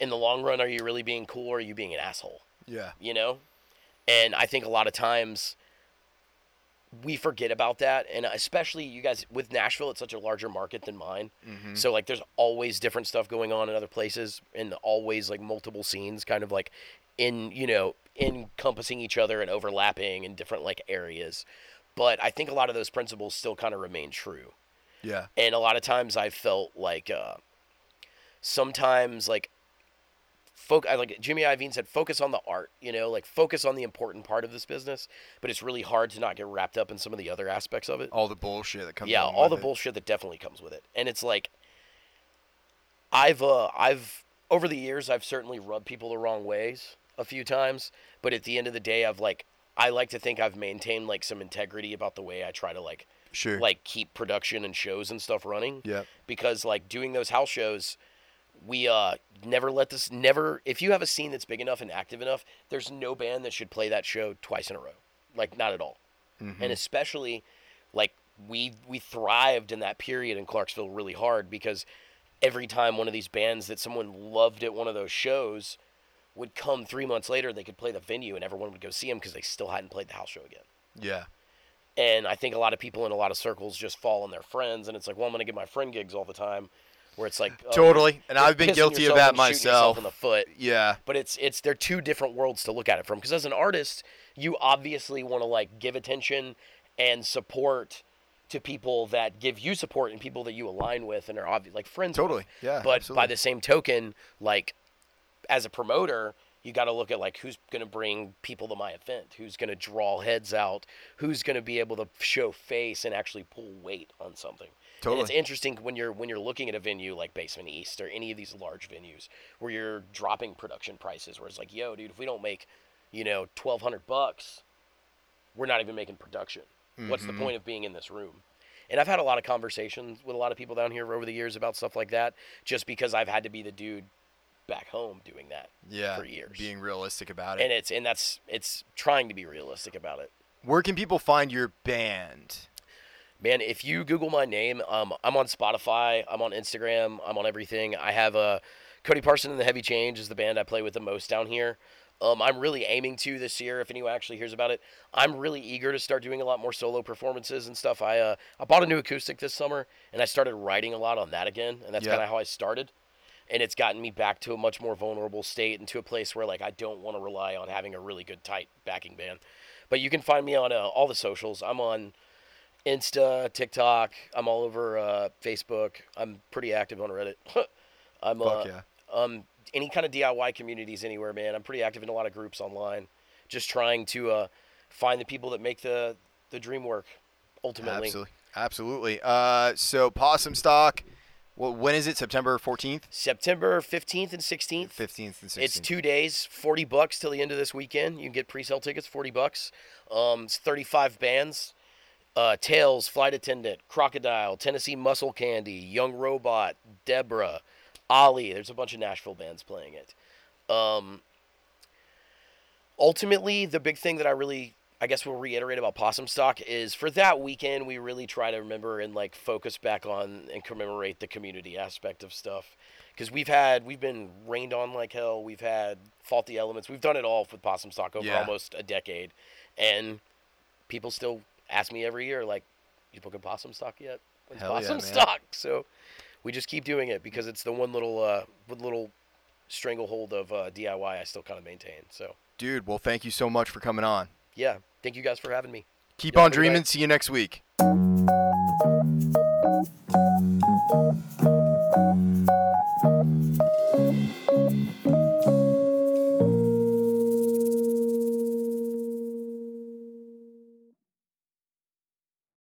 S1: in the long run, are you really being cool or are you being an asshole?
S2: yeah,
S1: you know and i think a lot of times we forget about that and especially you guys with nashville it's such a larger market than mine
S2: mm-hmm.
S1: so like there's always different stuff going on in other places and always like multiple scenes kind of like in you know encompassing each other and overlapping in different like areas but i think a lot of those principles still kind of remain true
S2: yeah,
S1: and a lot of times I felt like uh, sometimes like folk I like Jimmy Iovine said focus on the art you know like focus on the important part of this business but it's really hard to not get wrapped up in some of the other aspects of it
S2: all the bullshit that comes.
S1: yeah
S2: along
S1: all
S2: with
S1: the
S2: it.
S1: bullshit that definitely comes with it and it's like I've uh I've over the years I've certainly rubbed people the wrong ways a few times but at the end of the day I've like I like to think I've maintained like some integrity about the way I try to like
S2: Sure.
S1: like keep production and shows and stuff running
S2: yeah,
S1: because like doing those house shows we uh never let this never if you have a scene that's big enough and active enough there's no band that should play that show twice in a row like not at all and especially like we we thrived in that period in Clarksville really hard because every time one of these bands that someone loved at one of those shows would come 3 months later they could play the venue and everyone would go see them because they still hadn't played the house show again
S2: yeah,
S1: and I think a lot of people in a lot of circles just fall on their friends, and it's like, well, I'm going to get my friend gigs all the time, where it's like oh,
S2: totally. And
S1: you're
S2: I've been
S1: pissing
S2: guilty
S1: yourself
S2: of that
S1: and shooting yourself
S2: myself.
S1: in the foot.
S2: Yeah,
S1: But it's it's they're two different worlds to look at it from. Because as an artist, you obviously want to like give attention and support to people that give you support and people that you align with and are obvious like friends. with.
S2: Totally. Yeah,
S1: But by
S2: absolutely.
S1: the same token, like as a promoter, you got to look at like who's going to bring people to my event, who's going to draw heads out, who's going to be able to show face and actually pull weight on something. And it's
S2: Totally.
S1: interesting when you're when you're looking at a venue like Basement East or any of these large venues where you're dropping production prices, where it's like, yo, dude, if we don't make, you know, twelve hundred bucks, we're not even making production. What's the
S2: Mm-hmm.
S1: point of being in this room? And I've had a lot of conversations with a lot of people down here over the years about stuff like that, just because I've had to be the dude back home doing that
S2: yeah.
S1: for years.
S2: Being realistic about it.
S1: and it's and that's it's trying to be realistic about it.
S2: Where can people find your band?
S1: Man, if you Google my name, um, I'm on Spotify, I'm on Instagram, I'm on everything. I have a Cody Parson and the Heavy Change is the band I play with the most down here. Um, I'm really aiming to this year. If anyone actually hears about it, I'm really eager to start doing a lot more solo performances and stuff. I uh, I bought a new acoustic this summer, and I started writing a lot on that again, and that's
S2: Yeah.
S1: kind of how I started. And it's gotten me back to a much more vulnerable state and to a place where like I don't want to rely on having a really good tight backing band. But you can find me on uh, all the socials. I'm on Insta, TikTok. I'm all over uh, Facebook. I'm pretty active on Reddit. I'm uh,
S2: Fuck yeah.
S1: um, any kind of DIY communities anywhere, man. I'm pretty active in a lot of groups online, just trying to uh, find the people that make the the dream work. Ultimately,
S2: Absolutely. Absolutely. Uh, so possum stock. Well, when is it? September 14th,
S1: September 15th and 16th.
S2: 15th, and 16th.
S1: It's two days, forty bucks till the end of this weekend. You can get pre-sale tickets, forty bucks. Um, it's thirty-five bands: uh, Tails, Flight Attendant, Crocodile, Tennessee Muscle Candy, Young Robot, Deborah, Ollie. There's a bunch of Nashville bands playing it. Um, ultimately, the big thing that I really, I guess, we'll reiterate about Possum Stock is for that weekend, we really try to remember and like focus back on and commemorate the community aspect of stuff. Because we've had, we've been rained on like hell. We've had faulty elements. We've done it all with Possum Stock over
S2: Yeah.
S1: almost a decade, and people still ask me every year, like, "You booking Possum Stock yet?" When's
S2: Hell yeah,
S1: possum
S2: man.
S1: Stock. So we just keep doing it because it's the one little, uh, one little stranglehold of uh, DIY I still kind of maintain. So
S2: Dude, well, thank you so much for coming on.
S1: yeah, thank you guys for having me.
S2: Keep
S1: Y'all
S2: on
S1: pretty right.
S2: dreaming. See you next week.